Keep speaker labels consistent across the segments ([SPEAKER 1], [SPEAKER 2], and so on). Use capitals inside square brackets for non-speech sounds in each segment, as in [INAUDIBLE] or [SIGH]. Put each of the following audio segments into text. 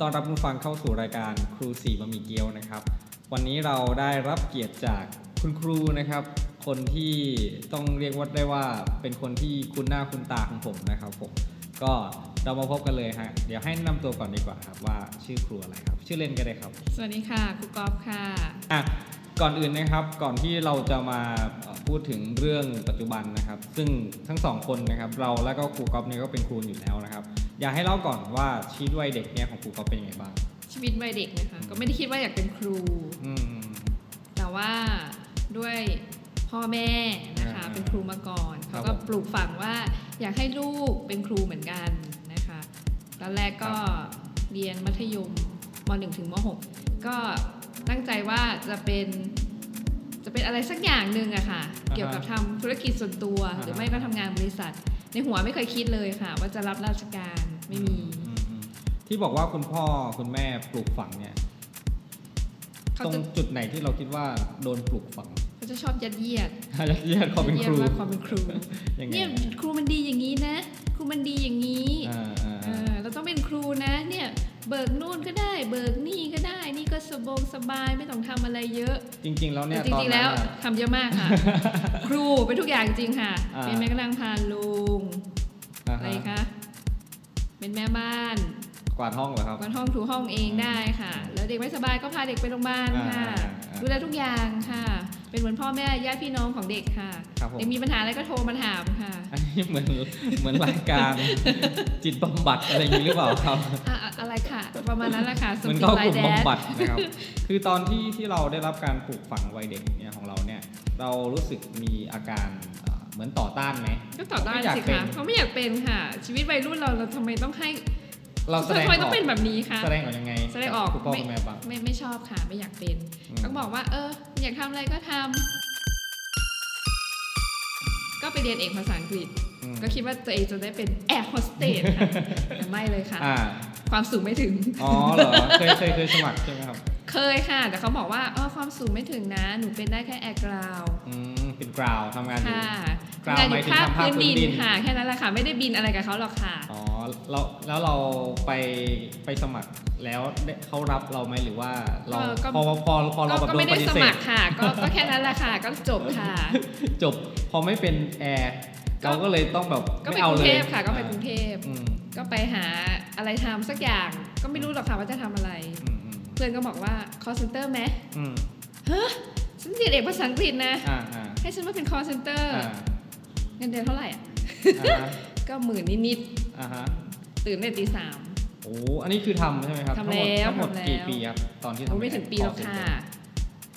[SPEAKER 1] ต้อนรับผู้ฟังเข้าสู่รายการครูสี่บะหมี่เกี๊ยวนะครับ วันนี้เราได้รับเกียรติจากคุณครูนะครับ คนที่ต้องเรียกว่าได้ว่าเป็นคนที่คุณหน้าคุณตาของผมนะครับผม ก็เรามาพบกันเลยฮะ เดี๋ยวให้แนะนำตัวก่อนดีกว่าครับว่าชื่อครูอะไรครับ ชื่อเล่นก็ได้ครับ
[SPEAKER 2] สวัสดีค่ะครูกอฟค่ะ
[SPEAKER 1] อ่ะก่อนอื่นนะครับก่อนที่เราจะมาเอ่อพูดถึงเรื่องปัจจุบันนะครับ ซึ่งทั้งสองคนนะครับ เราและก็ครูก๊อฟเนี่ยก็เป็นครูอยู่แล้วนะครับ อยากให้เล่าก่อนว่าชีวิตวัยเด็กเนี่ยของครูก๊อฟเป็นยังไงบ้าง
[SPEAKER 2] ชีวิตวัยเด็กนะคะ ก็ไม่ได้คิดว่าอยากเป็นครู
[SPEAKER 1] อืม
[SPEAKER 2] แต่ว่าด้วยพ่อแม่นะคะ
[SPEAKER 1] อ่า
[SPEAKER 2] เป็นครูมาก่อน
[SPEAKER 1] ครั
[SPEAKER 2] เขา
[SPEAKER 1] บ
[SPEAKER 2] ก็ปลูกฝังว่าอยากให้ลูกเป็นครูเหมือนกันนะคะตอนแรกก็เรียนมัธยมม .1 ถึงม .6 ก็ตั้งใจว่าจะเป็นจะเป็นอะไรสักอย่างหนึ่งอะค่ะ
[SPEAKER 1] อ่าฮะ
[SPEAKER 2] เกี่ยวกับทำธุรกิจส่วนตัว
[SPEAKER 1] อ่าฮะ
[SPEAKER 2] หรือไม่ก็ทำงานบริษัท ในหัวไม่เคยคิดเลยค่ะ ว่าจะรับราชการไม่มี
[SPEAKER 1] อืมอืมที่บอกว่าคุณพ่อคุณแม่ปลูกฝังเนี่ย
[SPEAKER 2] เขา
[SPEAKER 1] ตรง
[SPEAKER 2] จะ
[SPEAKER 1] จุดไหนที่เราคิดว่าโดนปลูกฝัง [LAUGHS]
[SPEAKER 2] เขาจะชอบยัดเยียด
[SPEAKER 1] เรียกเขาเป็นครู
[SPEAKER 2] ยัดยียดว่าความเป็นครู
[SPEAKER 1] ยังไง
[SPEAKER 2] เนี่ยครูมันดีอย่างนี้นะ ครูมันดีอย่างนี้
[SPEAKER 1] อ่าอ่า
[SPEAKER 2] เอ
[SPEAKER 1] อ่า
[SPEAKER 2] อเราต้องเป็นครูนะ เนี่ยเบิกนู่นก็ได้ เบิกนี่ก็ได้ นี่ก็สบงสบายไม่ต้องทำอะไรเยอะ
[SPEAKER 1] จริง ๆ แล้วเนี่ย
[SPEAKER 2] แต่จ
[SPEAKER 1] ตอน
[SPEAKER 2] ริง
[SPEAKER 1] นั้
[SPEAKER 2] ๆแล้
[SPEAKER 1] น
[SPEAKER 2] ว
[SPEAKER 1] อะ
[SPEAKER 2] ทำเยอะมาก
[SPEAKER 1] [LAUGHS]
[SPEAKER 2] ค่ะ ครูเป็นทุกอย่างจริงค่ะ
[SPEAKER 1] อ่า
[SPEAKER 2] เป็นแม่กำลังพาลุง
[SPEAKER 1] อ่า
[SPEAKER 2] อะไร
[SPEAKER 1] ฮะ
[SPEAKER 2] คะเป็นแม่บ้าน
[SPEAKER 1] กวาดห้องเหรอครับ
[SPEAKER 2] กวาดห้องถูห้องเองได้ค่ะ แล้วเด็กไม่สบายก็พาเด็กไปโรงพยาบาลค่ะ
[SPEAKER 1] อ่าอ่าอ่า
[SPEAKER 2] ดูแลทุกอย่างค่ะ เป็นเหมือนพ่อแม่ญาติพี่น้องของเด็กค่ะ
[SPEAKER 1] ครับผม
[SPEAKER 2] ยังมีปัญหาอะไรก็โทรมาถามค่ะ
[SPEAKER 1] อันนี้เหมือนเหมือนรายการ
[SPEAKER 2] [LAUGHS]
[SPEAKER 1] จิตบำบัดอะไรอย่างนี้หรือเปล่าครับ
[SPEAKER 2] อะอะอะไรค่ะ ประมาณนั้นแหละค่ะ
[SPEAKER 1] เหมือน
[SPEAKER 2] something
[SPEAKER 1] เข้าก
[SPEAKER 2] like
[SPEAKER 1] ลุ่ม
[SPEAKER 2] that
[SPEAKER 1] บำบัดนะครับ คือตอนที่ที่เราได้รับการปลูกฝังวัยเด็กเนี่ยของเราเนี่ย เรารู้สึกมีอาการเอ่อเหมือนต่อต้านไหม
[SPEAKER 2] ก็ตอบได้
[SPEAKER 1] เรม่ยาก
[SPEAKER 2] สิ
[SPEAKER 1] เป็
[SPEAKER 2] คะ
[SPEAKER 1] น
[SPEAKER 2] เขาไม่อยากเป็นค่ะ ชีวิตวัยรุ่นเราเราทำไมต้องให้
[SPEAKER 1] เราแสดง
[SPEAKER 2] ทำ
[SPEAKER 1] อ
[SPEAKER 2] ไม
[SPEAKER 1] อก
[SPEAKER 2] ต้องเป็นแบบนี้คะ
[SPEAKER 1] แสดงออกยังไง
[SPEAKER 2] แสดงออก
[SPEAKER 1] บคุณพ่อ
[SPEAKER 2] ไม่
[SPEAKER 1] คุณแม่บ้าง
[SPEAKER 2] ไม่ไม่ชอบค่ะไม่อยากเป็น
[SPEAKER 1] อืม
[SPEAKER 2] ต้องบอกว่า เออ อยากทำอะไรก็ทำก็ไปเรียนเอกภาษาอังกฤษ
[SPEAKER 1] อืม
[SPEAKER 2] ก็คิดว่าตัวเองจะได้เป็นแอร์โฮสเตส
[SPEAKER 1] [LAUGHS]
[SPEAKER 2] ค่ะแต่ไม่เลยค่ะ
[SPEAKER 1] อ่า
[SPEAKER 2] ความสูงไม่ถึง
[SPEAKER 1] อ๋อเหรอเคยเคยเคยสมัครใช่ไหมครับ
[SPEAKER 2] เคยค่ะ แต่เขาบอกว่าเออความสูงไม่ถึงนะ หนูเป็นได้แค่แอร์กราว
[SPEAKER 1] อืมเป็นกราวทำงานอยู่
[SPEAKER 2] ค่ะ
[SPEAKER 1] กราว
[SPEAKER 2] งานอ
[SPEAKER 1] หมาย
[SPEAKER 2] ยู่
[SPEAKER 1] ถึง
[SPEAKER 2] ภาค
[SPEAKER 1] ทำภาคพื้น
[SPEAKER 2] พื้นดิน
[SPEAKER 1] ดิน
[SPEAKER 2] ค่ะ แค่นั้นแหละค่ะ ไม่ได้บินอะไรกับเขาหรอกค่ะ
[SPEAKER 1] อ๋อแล้วแล้วเราไปไปสมัครแล้วได้เขารับเราไหมหรือว่าเรา
[SPEAKER 2] เออก็
[SPEAKER 1] พอพอพอเราแบบ
[SPEAKER 2] ก็
[SPEAKER 1] โด
[SPEAKER 2] ไม่
[SPEAKER 1] นป
[SPEAKER 2] ได้
[SPEAKER 1] ฏิ
[SPEAKER 2] ส
[SPEAKER 1] เส
[SPEAKER 2] มั
[SPEAKER 1] ธ
[SPEAKER 2] ครค่ะ ก็ก็แค่นั้นแหละค่ะ ก็จบค่ะ
[SPEAKER 1] จบพอไม่เป็นแอร์
[SPEAKER 2] ก็
[SPEAKER 1] เราก็เลยต้องแบบ
[SPEAKER 2] ก็
[SPEAKER 1] ไม่
[SPEAKER 2] ไป
[SPEAKER 1] เอา
[SPEAKER 2] กรุ
[SPEAKER 1] เลย
[SPEAKER 2] งเทพค่ะ ก็ไปกรุงเทพ
[SPEAKER 1] อืม
[SPEAKER 2] ก็ไปหาอะไรทำสักอย่าง ก็ไม่รู้หรอกค่ะว่าจะทำอะไร
[SPEAKER 1] อืมอืม
[SPEAKER 2] เพื่อนก็บอกว่า call center ไหม
[SPEAKER 1] อืม
[SPEAKER 2] ฉันเรียนเอกภาษาอังกฤษนะ
[SPEAKER 1] อ่าอ่า
[SPEAKER 2] ให้ฉันมาเป็น call center
[SPEAKER 1] อ่า
[SPEAKER 2] เงินเดือนเท่าไหร่อะ
[SPEAKER 1] อ่าฮะ
[SPEAKER 2] ก็หมื่นนิด
[SPEAKER 1] อ่าฮะ
[SPEAKER 2] ๆตื่นแต่ตีสาม
[SPEAKER 1] โอ้อันนี้คือทำใช่ไหมครับ
[SPEAKER 2] ทำ
[SPEAKER 1] ทั้งหมด
[SPEAKER 2] แล้ว
[SPEAKER 1] ทั้งหมด
[SPEAKER 2] ทำแล้ว
[SPEAKER 1] กี่ปีครับตอนที่ทำ
[SPEAKER 2] โอ้ไม่ถึงปีหรอกค่ะ
[SPEAKER 1] เซ็นเตอ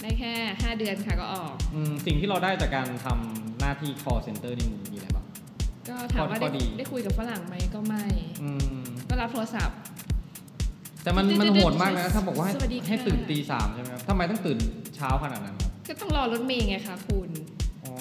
[SPEAKER 2] ได้แค่ 5 เดือนค่ะก็ออก
[SPEAKER 1] อืมสิ่งที่เราได้จากการทำหน้าที่ call center นี่มันมีอะไรบ้าง
[SPEAKER 2] ก็ถามว่า
[SPEAKER 1] ก็
[SPEAKER 2] ได้
[SPEAKER 1] ดี
[SPEAKER 2] ได้คุยกับฝรั่งไหมก็ไม่
[SPEAKER 1] อืม
[SPEAKER 2] ก็รับโทรศัพท์
[SPEAKER 1] แต่มัน
[SPEAKER 2] ดึกๆ
[SPEAKER 1] มันโหดมากนะ
[SPEAKER 2] ดึกๆ
[SPEAKER 1] ถ้าบอกว่าให้
[SPEAKER 2] สวัสดีค่ะ
[SPEAKER 1] ให้ตื่นตีสามใช่ไหมครับทำไมต้องตื่นเช้าขนาดนั้นครับ
[SPEAKER 2] ก็ต้องรอรถเมย์ไงคะคุณ
[SPEAKER 1] อ๋อ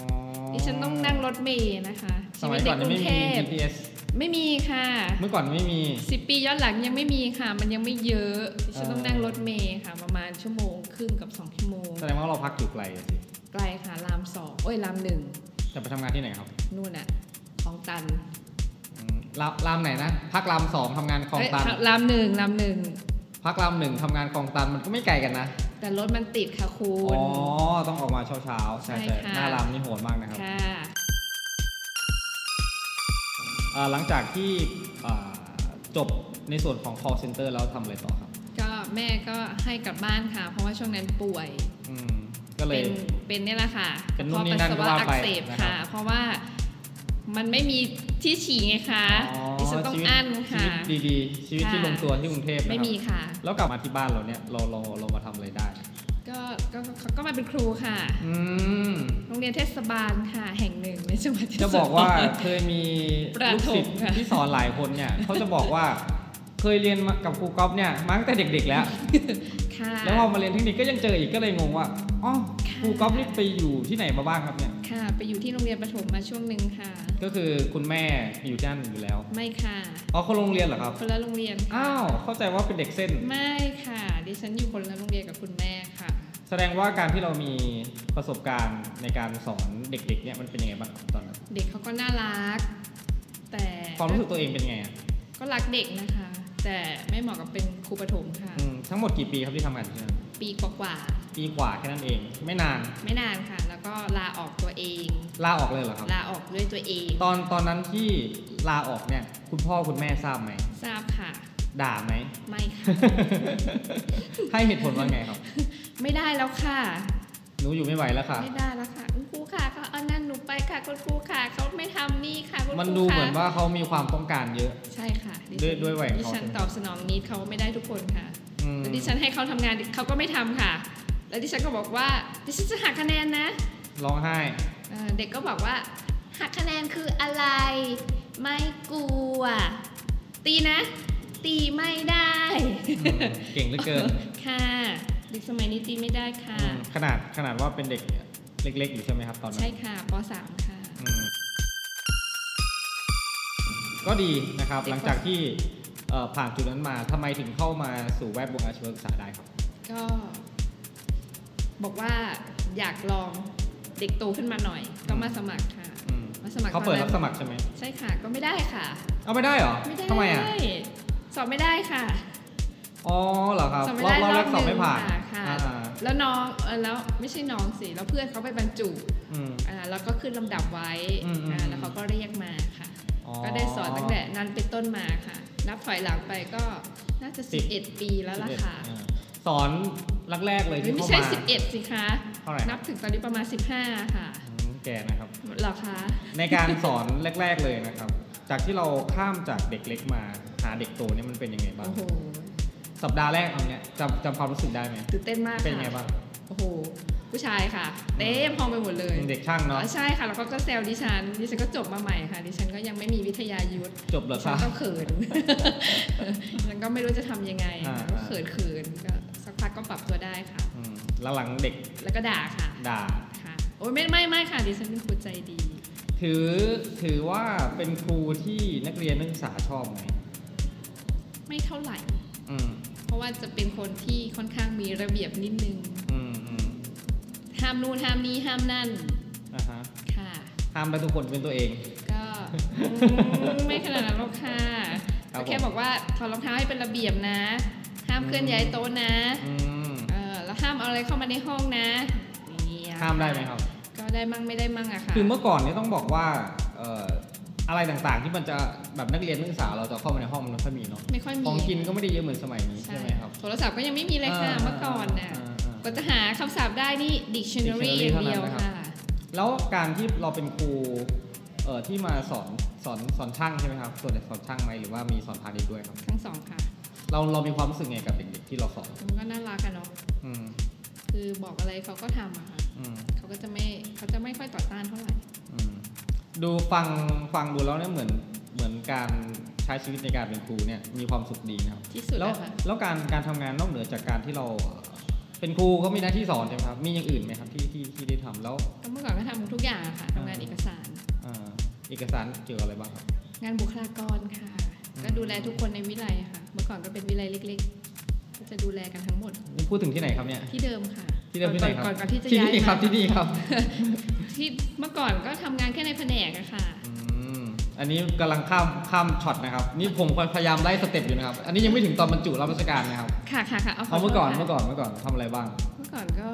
[SPEAKER 2] ดิฉันต้องนั่งรถเมย์นะคะ
[SPEAKER 1] สมัยก่อน
[SPEAKER 2] ชีวิต
[SPEAKER 1] ยัง
[SPEAKER 2] ในกรุ
[SPEAKER 1] ไม่
[SPEAKER 2] งเท
[SPEAKER 1] มี
[SPEAKER 2] พ
[SPEAKER 1] GPS
[SPEAKER 2] ไม่มีค่ะ
[SPEAKER 1] เมื่อก่อนไม่มี
[SPEAKER 2] สิบปีย้อนหลังยังไม่มีค่ะ มันยังไม่เยอะดิฉัน
[SPEAKER 1] เออ
[SPEAKER 2] ต้องนั่งรถเมล์ค่ะ ประมาณชั่วโมงครึ่งกับสองชั่วโมง
[SPEAKER 1] แสดงว่าเราพักอยู่ไกลอะสิ
[SPEAKER 2] ไกลค่ะรามสองเอ้ยรามหนึ่ง
[SPEAKER 1] จะไปทำงานที่ไหนครับ
[SPEAKER 2] นู่นอะคลองตัน
[SPEAKER 1] อืมรามรามไหนนะพักรามสองทำงานคลอง
[SPEAKER 2] เย
[SPEAKER 1] ตัน
[SPEAKER 2] รามหนึ่งรามหนึ่ง
[SPEAKER 1] พักรามหนึ่งทำงานคลองตันมันก็ไม่ไกลกันนะ
[SPEAKER 2] แต่รถมันติดค่ะคุ
[SPEAKER 1] อ๋อ
[SPEAKER 2] ณ
[SPEAKER 1] ต้องออกมาเช้าเช้าๆใช่
[SPEAKER 2] ใช่
[SPEAKER 1] ใช่
[SPEAKER 2] ค่ะ
[SPEAKER 1] หน้ารามนี่โหดมากนะครับ
[SPEAKER 2] ค่ะ
[SPEAKER 1] เอ่อหลังจากที่เอ่อจบในส่วนของ call center แล้วทำอะไรต่อครับ
[SPEAKER 2] ก็แม่ก็ให้กลับบ้านค่ะ เพราะว่าช่วงนั้นป่วย
[SPEAKER 1] อืมก็เลย
[SPEAKER 2] เป็นเป็นเนี่ยแหละค่ะ
[SPEAKER 1] เป็นนู่นนี่
[SPEAKER 2] กระ
[SPEAKER 1] นั่
[SPEAKER 2] เพาะปั
[SPEAKER 1] นก็
[SPEAKER 2] ส
[SPEAKER 1] ว่า
[SPEAKER 2] สาวะอั
[SPEAKER 1] ไป
[SPEAKER 2] กเสบ
[SPEAKER 1] นะครับ
[SPEAKER 2] ค่ะ เพราะว่ามันไม่มีที่ฉี่ไงคะ
[SPEAKER 1] อ๋อ
[SPEAKER 2] ดิฉันต้อง
[SPEAKER 1] ชีวิต
[SPEAKER 2] อั้น
[SPEAKER 1] ชี
[SPEAKER 2] ค่ะ
[SPEAKER 1] วิตดีๆ ชีวิตที่
[SPEAKER 2] ค่ะ
[SPEAKER 1] ลงตัวที่กรุงเทพนะค
[SPEAKER 2] ไม่
[SPEAKER 1] รับ
[SPEAKER 2] มีค่ะ
[SPEAKER 1] แล้วกลับมาที่บ้านเราเนี่ยเราเราเรามาทำอะไรได้
[SPEAKER 2] ก็ก็ก็ก็มาเป็นครูค่ะ
[SPEAKER 1] อืม
[SPEAKER 2] โรงเรียนเทศบาลค่ะ แห่งหนึ่งในจังหวัดที่
[SPEAKER 1] จะบอกว่าเคยมี
[SPEAKER 2] ประ
[SPEAKER 1] ลูก
[SPEAKER 2] ถม
[SPEAKER 1] ศิษย์
[SPEAKER 2] ค่ะ
[SPEAKER 1] ที่สอนหลายคนเนี่ยเขาจะบอกว่าเคยเรียนมากับครูก๊อฟเนี่ยมาตั้งแต่เด็ก ๆ แล้ว
[SPEAKER 2] ค่ะ
[SPEAKER 1] แล้วพอมาเรียนเทคนิคก็ยังเจออีกก็เลยงงว่าอ๋อ
[SPEAKER 2] ค่ะ
[SPEAKER 1] ครูก๊อฟนี่ไปอยู่ที่ไหนมาบ้างครับเนี่ย
[SPEAKER 2] ค่ะ ไปอยู่ที่โรงเรียนประถมมาช่วงหนึ่งค่ะ
[SPEAKER 1] ก็คือคุณแม่อยู่ด้านอยู่แล้ว
[SPEAKER 2] ไม่ค่ะ
[SPEAKER 1] อ๋อเขาโรงเรียนเหรอครับ
[SPEAKER 2] คนละโรงเรียนค่ะ
[SPEAKER 1] อ้าว เข้าใจว่าเป็นเด็กเส้น
[SPEAKER 2] ไม่ค่ะ ดิฉันอยู่คนละโรงเรียนกับคุณแม่ค่ะ
[SPEAKER 1] แสดงว่าการที่เรามีประสบการณ์ในการสอนเด็กๆเนี่ยมันเป็นยังไงบ้างครับตอนนั้น
[SPEAKER 2] เด็กเขาก็น่ารัก แต่
[SPEAKER 1] ความรู้สึกตัวเองเป็นไงอะ
[SPEAKER 2] ก็รักเด็กนะคะ แต่ไม่เหมาะกับเป็นครูประถมค่ะ
[SPEAKER 1] อืมทั้งหมดกี่ปีครับที่ทำงานอยู่ที่นั่น
[SPEAKER 2] ปีกว่า
[SPEAKER 1] ปีกว่าแค่นั้นเอง ไม่นาน
[SPEAKER 2] ๆไม่นานค่ะ แล้วก็ลาออกตัวเอง
[SPEAKER 1] ลาออกเลยเหรอครับ
[SPEAKER 2] ลาออกด้วยตัวเอง
[SPEAKER 1] ตอนตอนนั้นที่ลาออกเนี่ย คุณพ่อคุณแม่ทราบไหม
[SPEAKER 2] ทราบค่ะ
[SPEAKER 1] ด่า
[SPEAKER 2] [LAUGHS]
[SPEAKER 1] ไหม
[SPEAKER 2] ไม่ค่ะ
[SPEAKER 1] ให้เหตุผลว่าไงครับ
[SPEAKER 2] ไม่ได้แล้วค่ะ
[SPEAKER 1] หนูอยู่ไม่ไหวแล้วค่ะ
[SPEAKER 2] ไม่ได้แล้วค่ะคุณครูค่ะเขาเอานั่นหนูไปค่ะคุณครูค่ะเขาไม่ทำนี่ค่ะคุณครูค่ะ
[SPEAKER 1] มันดูเหมือนว่าเขามีความต้องการเยอะ
[SPEAKER 2] ใช่ค่ะ
[SPEAKER 1] ด้วยด้วยวัยของ
[SPEAKER 2] ดิ
[SPEAKER 1] เขา
[SPEAKER 2] ฉันตอบสนองนิดเขาไม่ได้ทุกคนค่ะ
[SPEAKER 1] อืม
[SPEAKER 2] แล้วดิฉันให้เขาทำงานเขาก็ไม่ทำค่ะ แล้วดิฉันก็บอกว่าดิฉันจะหักคะแนนนะ
[SPEAKER 1] ร้องไห้
[SPEAKER 2] เอ่อเด็กก็บอกว่าหักคะแนนคืออะไร ไม่กลัว ตีนะ ตีไม่ได้
[SPEAKER 1] อืมเก่งเหลือเกิน
[SPEAKER 2] ค่ะเด็กสมัยนี้ตีไม่ได้ค่ะ
[SPEAKER 1] อืมขนาดขนาดว่าเป็นเด็กเล็ก ๆ อยู่ใช่ไหมครับ ตอนนั้น
[SPEAKER 2] ใช่ค่ะป .3 ค่ะ
[SPEAKER 1] อืมก็ดีนะครับ หลังจากที่เอ่อผ่านจุดนั้นมาทำไมถึงเข้ามาสู่แวดวงอาชีวศึกษาได้ครับ
[SPEAKER 2] ก็บอกว่าอยากลองเด็กโตขึ้นมาหน่อย ก็มาสมัครค่ะ
[SPEAKER 1] อืม
[SPEAKER 2] มาสมัคร
[SPEAKER 1] เขาเปิด
[SPEAKER 2] ตอน
[SPEAKER 1] รั
[SPEAKER 2] นั้
[SPEAKER 1] บ
[SPEAKER 2] น
[SPEAKER 1] สมัครใช่ไหม
[SPEAKER 2] ใช่ค่ะ ก็ไม่ได้ค่ะ
[SPEAKER 1] เอาไม่ได้เหรอ
[SPEAKER 2] ไม่ได้
[SPEAKER 1] ทำไมอ่ะ
[SPEAKER 2] สอบไม่ได้ค่ะ
[SPEAKER 1] อ๋อเหรอครับ
[SPEAKER 2] สอบไม่
[SPEAKER 1] รอบร
[SPEAKER 2] ได้
[SPEAKER 1] อบแรก
[SPEAKER 2] รอบ
[SPEAKER 1] สอบไม่ผ่าน
[SPEAKER 2] หนึ่งค่ะค่ะ
[SPEAKER 1] อ่า
[SPEAKER 2] แล้วน้องเอ่อแล้วไม่ใช่น้องสิแล้วเพื่อนเขาไปบรรจุ
[SPEAKER 1] ๆอืม
[SPEAKER 2] อ่าแล้วก็ขึ้นลำดับไว้
[SPEAKER 1] อืมอืม
[SPEAKER 2] อ่าแล้วเขาก็เรียกมาค่ะ
[SPEAKER 1] อ๋อ
[SPEAKER 2] ก็ได้สอนตั้งแต่นั้นเป็นต้นมาค่ะ นับถอยหลังไปก็น่าจะ
[SPEAKER 1] สิบ
[SPEAKER 2] 11 ปีแล้วล่ะค่ะ
[SPEAKER 1] อ่าสอนแรกๆเลยที่
[SPEAKER 2] ไม่
[SPEAKER 1] เข้า
[SPEAKER 2] ใช่
[SPEAKER 1] มา
[SPEAKER 2] 11 สิคะ
[SPEAKER 1] เท่าไหร่
[SPEAKER 2] นับถึงตอนนี้ประมาณ 15 ค่ะ
[SPEAKER 1] อืมแก่นะครับ
[SPEAKER 2] เหรอคะ
[SPEAKER 1] ในการสอนแรก ๆเลยนะครับ จากที่เราข้ามจากเด็กเล็กมาหาเด็กโตเนี่ยมันเป็นยังไงบ้าง
[SPEAKER 2] โอ้โห
[SPEAKER 1] สัปดาห์แรกเอาเนี่ยจำจำความรู้สึกได้ไหม
[SPEAKER 2] ตื่นเต้นมากค่ะ
[SPEAKER 1] เป็นยังไงบ้าง
[SPEAKER 2] โอ้โห ผู้ชายค่ะ เต็มห้องไปหมดเลย
[SPEAKER 1] เด็กช่าง
[SPEAKER 2] อ๋
[SPEAKER 1] เนาะ
[SPEAKER 2] อใช่ค่ะ แล้วก็ก็แซวดิฉัน ดิฉันก็จบมาใหม่ค่ะ ดิฉันก็ยังไม่มีวิทยายุทธ
[SPEAKER 1] จบเหรอค
[SPEAKER 2] ฉั
[SPEAKER 1] รั
[SPEAKER 2] น
[SPEAKER 1] บ
[SPEAKER 2] ก็เขิน [LAUGHS] ฉันก็ไม่รู้จะทำยังไง
[SPEAKER 1] อ่า
[SPEAKER 2] ก็เขินเขินๆก็สักพักก็ปรับตัวได้ค่ะ
[SPEAKER 1] อืมแล้วหลังเด็ก
[SPEAKER 2] แล้วก็ด่าค่ะ
[SPEAKER 1] ด่า
[SPEAKER 2] ค่ะ โอ้ยไม่ไม่ไม่ค่ะ ดิฉันเป็นครูใจดี
[SPEAKER 1] ถือถือว่าเป็นครูที่นักเรียนนักศึกษาชอบไหม
[SPEAKER 2] ไม่เท่าไหร่
[SPEAKER 1] อืม
[SPEAKER 2] เพราะว่าจะเป็นคนที่ค่อนข้างมีระเบียบนิดนึง
[SPEAKER 1] อืมอืม
[SPEAKER 2] ห้ามนู่นห้ามนี้ห้ามนั่น
[SPEAKER 1] อ่าฮะ
[SPEAKER 2] ค่ะ
[SPEAKER 1] ห้ามได้ทุกคนเป็นตัวเอง
[SPEAKER 2] ก็อืม
[SPEAKER 1] [LAUGHS]
[SPEAKER 2] ไม่ขนาดนั้นหรอกค่ะ
[SPEAKER 1] ครับผม
[SPEAKER 2] แค่บอกว่าถอดรองเท้าให้เป็นระเบียบนะ ห้ามเคลื่อนย้ายโต๊ะนะ
[SPEAKER 1] อืม
[SPEAKER 2] เออแล้วห้ามเอาอะไรเข้ามาในห้องนะอย่างเงี้ย
[SPEAKER 1] ห้ามได้ไหมครับ
[SPEAKER 2] ก็ได้มั่งไม่ได้มั่งอะค่ะ
[SPEAKER 1] คือเมื่อก่อนเนี่ยต้องบอกว่าเอ่ออะไรต่างๆที่มันจะแบบนักเรียนนักศึกษาเราจะเข้ามาในห้องมันไม่ค่อยมีเนาะ
[SPEAKER 2] ไม่ค่อยมี
[SPEAKER 1] ของกินก็ไม่ได้เยอะเหมือนสมัยนี้ใช่ไหมครับ
[SPEAKER 2] โทรศัพท์ก็ยังไม่มีเลยค่ะเมื่อก่อนน่ะ
[SPEAKER 1] าอ่า
[SPEAKER 2] ก็
[SPEAKER 1] อ่า
[SPEAKER 2] จะหาคำศัพท์ได้นี่ dictionary
[SPEAKER 1] dictionary
[SPEAKER 2] อย่างเดียว
[SPEAKER 1] เท่านั้นนะครับ
[SPEAKER 2] ค่ะ
[SPEAKER 1] แล้วการที่เราเป็นครูเอ่อที่มาสอนสอนสอนช่างใช่ไหมครับ ส่วนใหญ่สอนช่างไหมหรือว่ามีสอนพาณิชย์ด้วยครับ
[SPEAKER 2] ทั้งสองค่ะ
[SPEAKER 1] เราเรามีความรู้สึกไงกับเด็กๆที่เราสอน
[SPEAKER 2] มันก็น่ารักกันเนาะ
[SPEAKER 1] อืม
[SPEAKER 2] คือบอกอะไรเขาก็ทำอะค่ะ
[SPEAKER 1] อืม
[SPEAKER 2] เขาก็จะไม่เขาจะไม่ค่อยต่อต้านเท่าไหร่
[SPEAKER 1] อืมดูฟังฟังดูแล้วเนี่ยเหมือนเหมือนการใช้ชีวิตในการเป็นครูเนี่ยมีความสุขดีนะครับ
[SPEAKER 2] ที่สุด
[SPEAKER 1] แล้ว
[SPEAKER 2] อะค่ะ
[SPEAKER 1] แล้วการการทำงานนอกเหนือจากการที่เราเป็นครูก็มีหน้าที่สอนใช่ไหมครับ มีอย่างอื่นไหมครับที่ที่ที่ได้ทำแล้ว
[SPEAKER 2] ก็เมื่อก่อนก็ทำทุกอย่างอะค่ะทำงานเอกสาร
[SPEAKER 1] เอ่อเอกสารเกี่ยวกับอะไรบ้างครับ
[SPEAKER 2] งานบุคลากรค่ะ
[SPEAKER 1] อืม
[SPEAKER 2] ก็ดูแลทุกคนในวิไลค่ะ เมื่อก่อนก็เป็นวิไลเล็กๆก็จะดูแลกันทั้งหมด
[SPEAKER 1] นี่พูดถึงที่ไหนครับ [LAUGHS] เนี่ย
[SPEAKER 2] ที่เดิมค่ะ
[SPEAKER 1] ที่เดิมที่ไหนครับ
[SPEAKER 2] ก่อนก่อนที่จะ
[SPEAKER 1] ที่
[SPEAKER 2] ย้าย
[SPEAKER 1] นี่ครับ
[SPEAKER 2] มา
[SPEAKER 1] ที่นี่ครับ
[SPEAKER 2] ที่เมื่อก่อนก็ทำงานแค่ในแผนกอะค่ะ
[SPEAKER 1] อืมอันนี้กำลังข้ามข้ามช็อตนะครับ นี่ผมพยายามไล่สเต็ปอยู่นะครับ อันนี้ยังไม่ถึงตอนบรรจุรับราชการนะครับ
[SPEAKER 2] ค่ะค่ะค่ะเอาข
[SPEAKER 1] เอาเมื่อก่อน
[SPEAKER 2] โทษค่ะ
[SPEAKER 1] เมื่อก่อนเมื่อก่อนทำอะไรบ้าง
[SPEAKER 2] เมื่อก่อนก็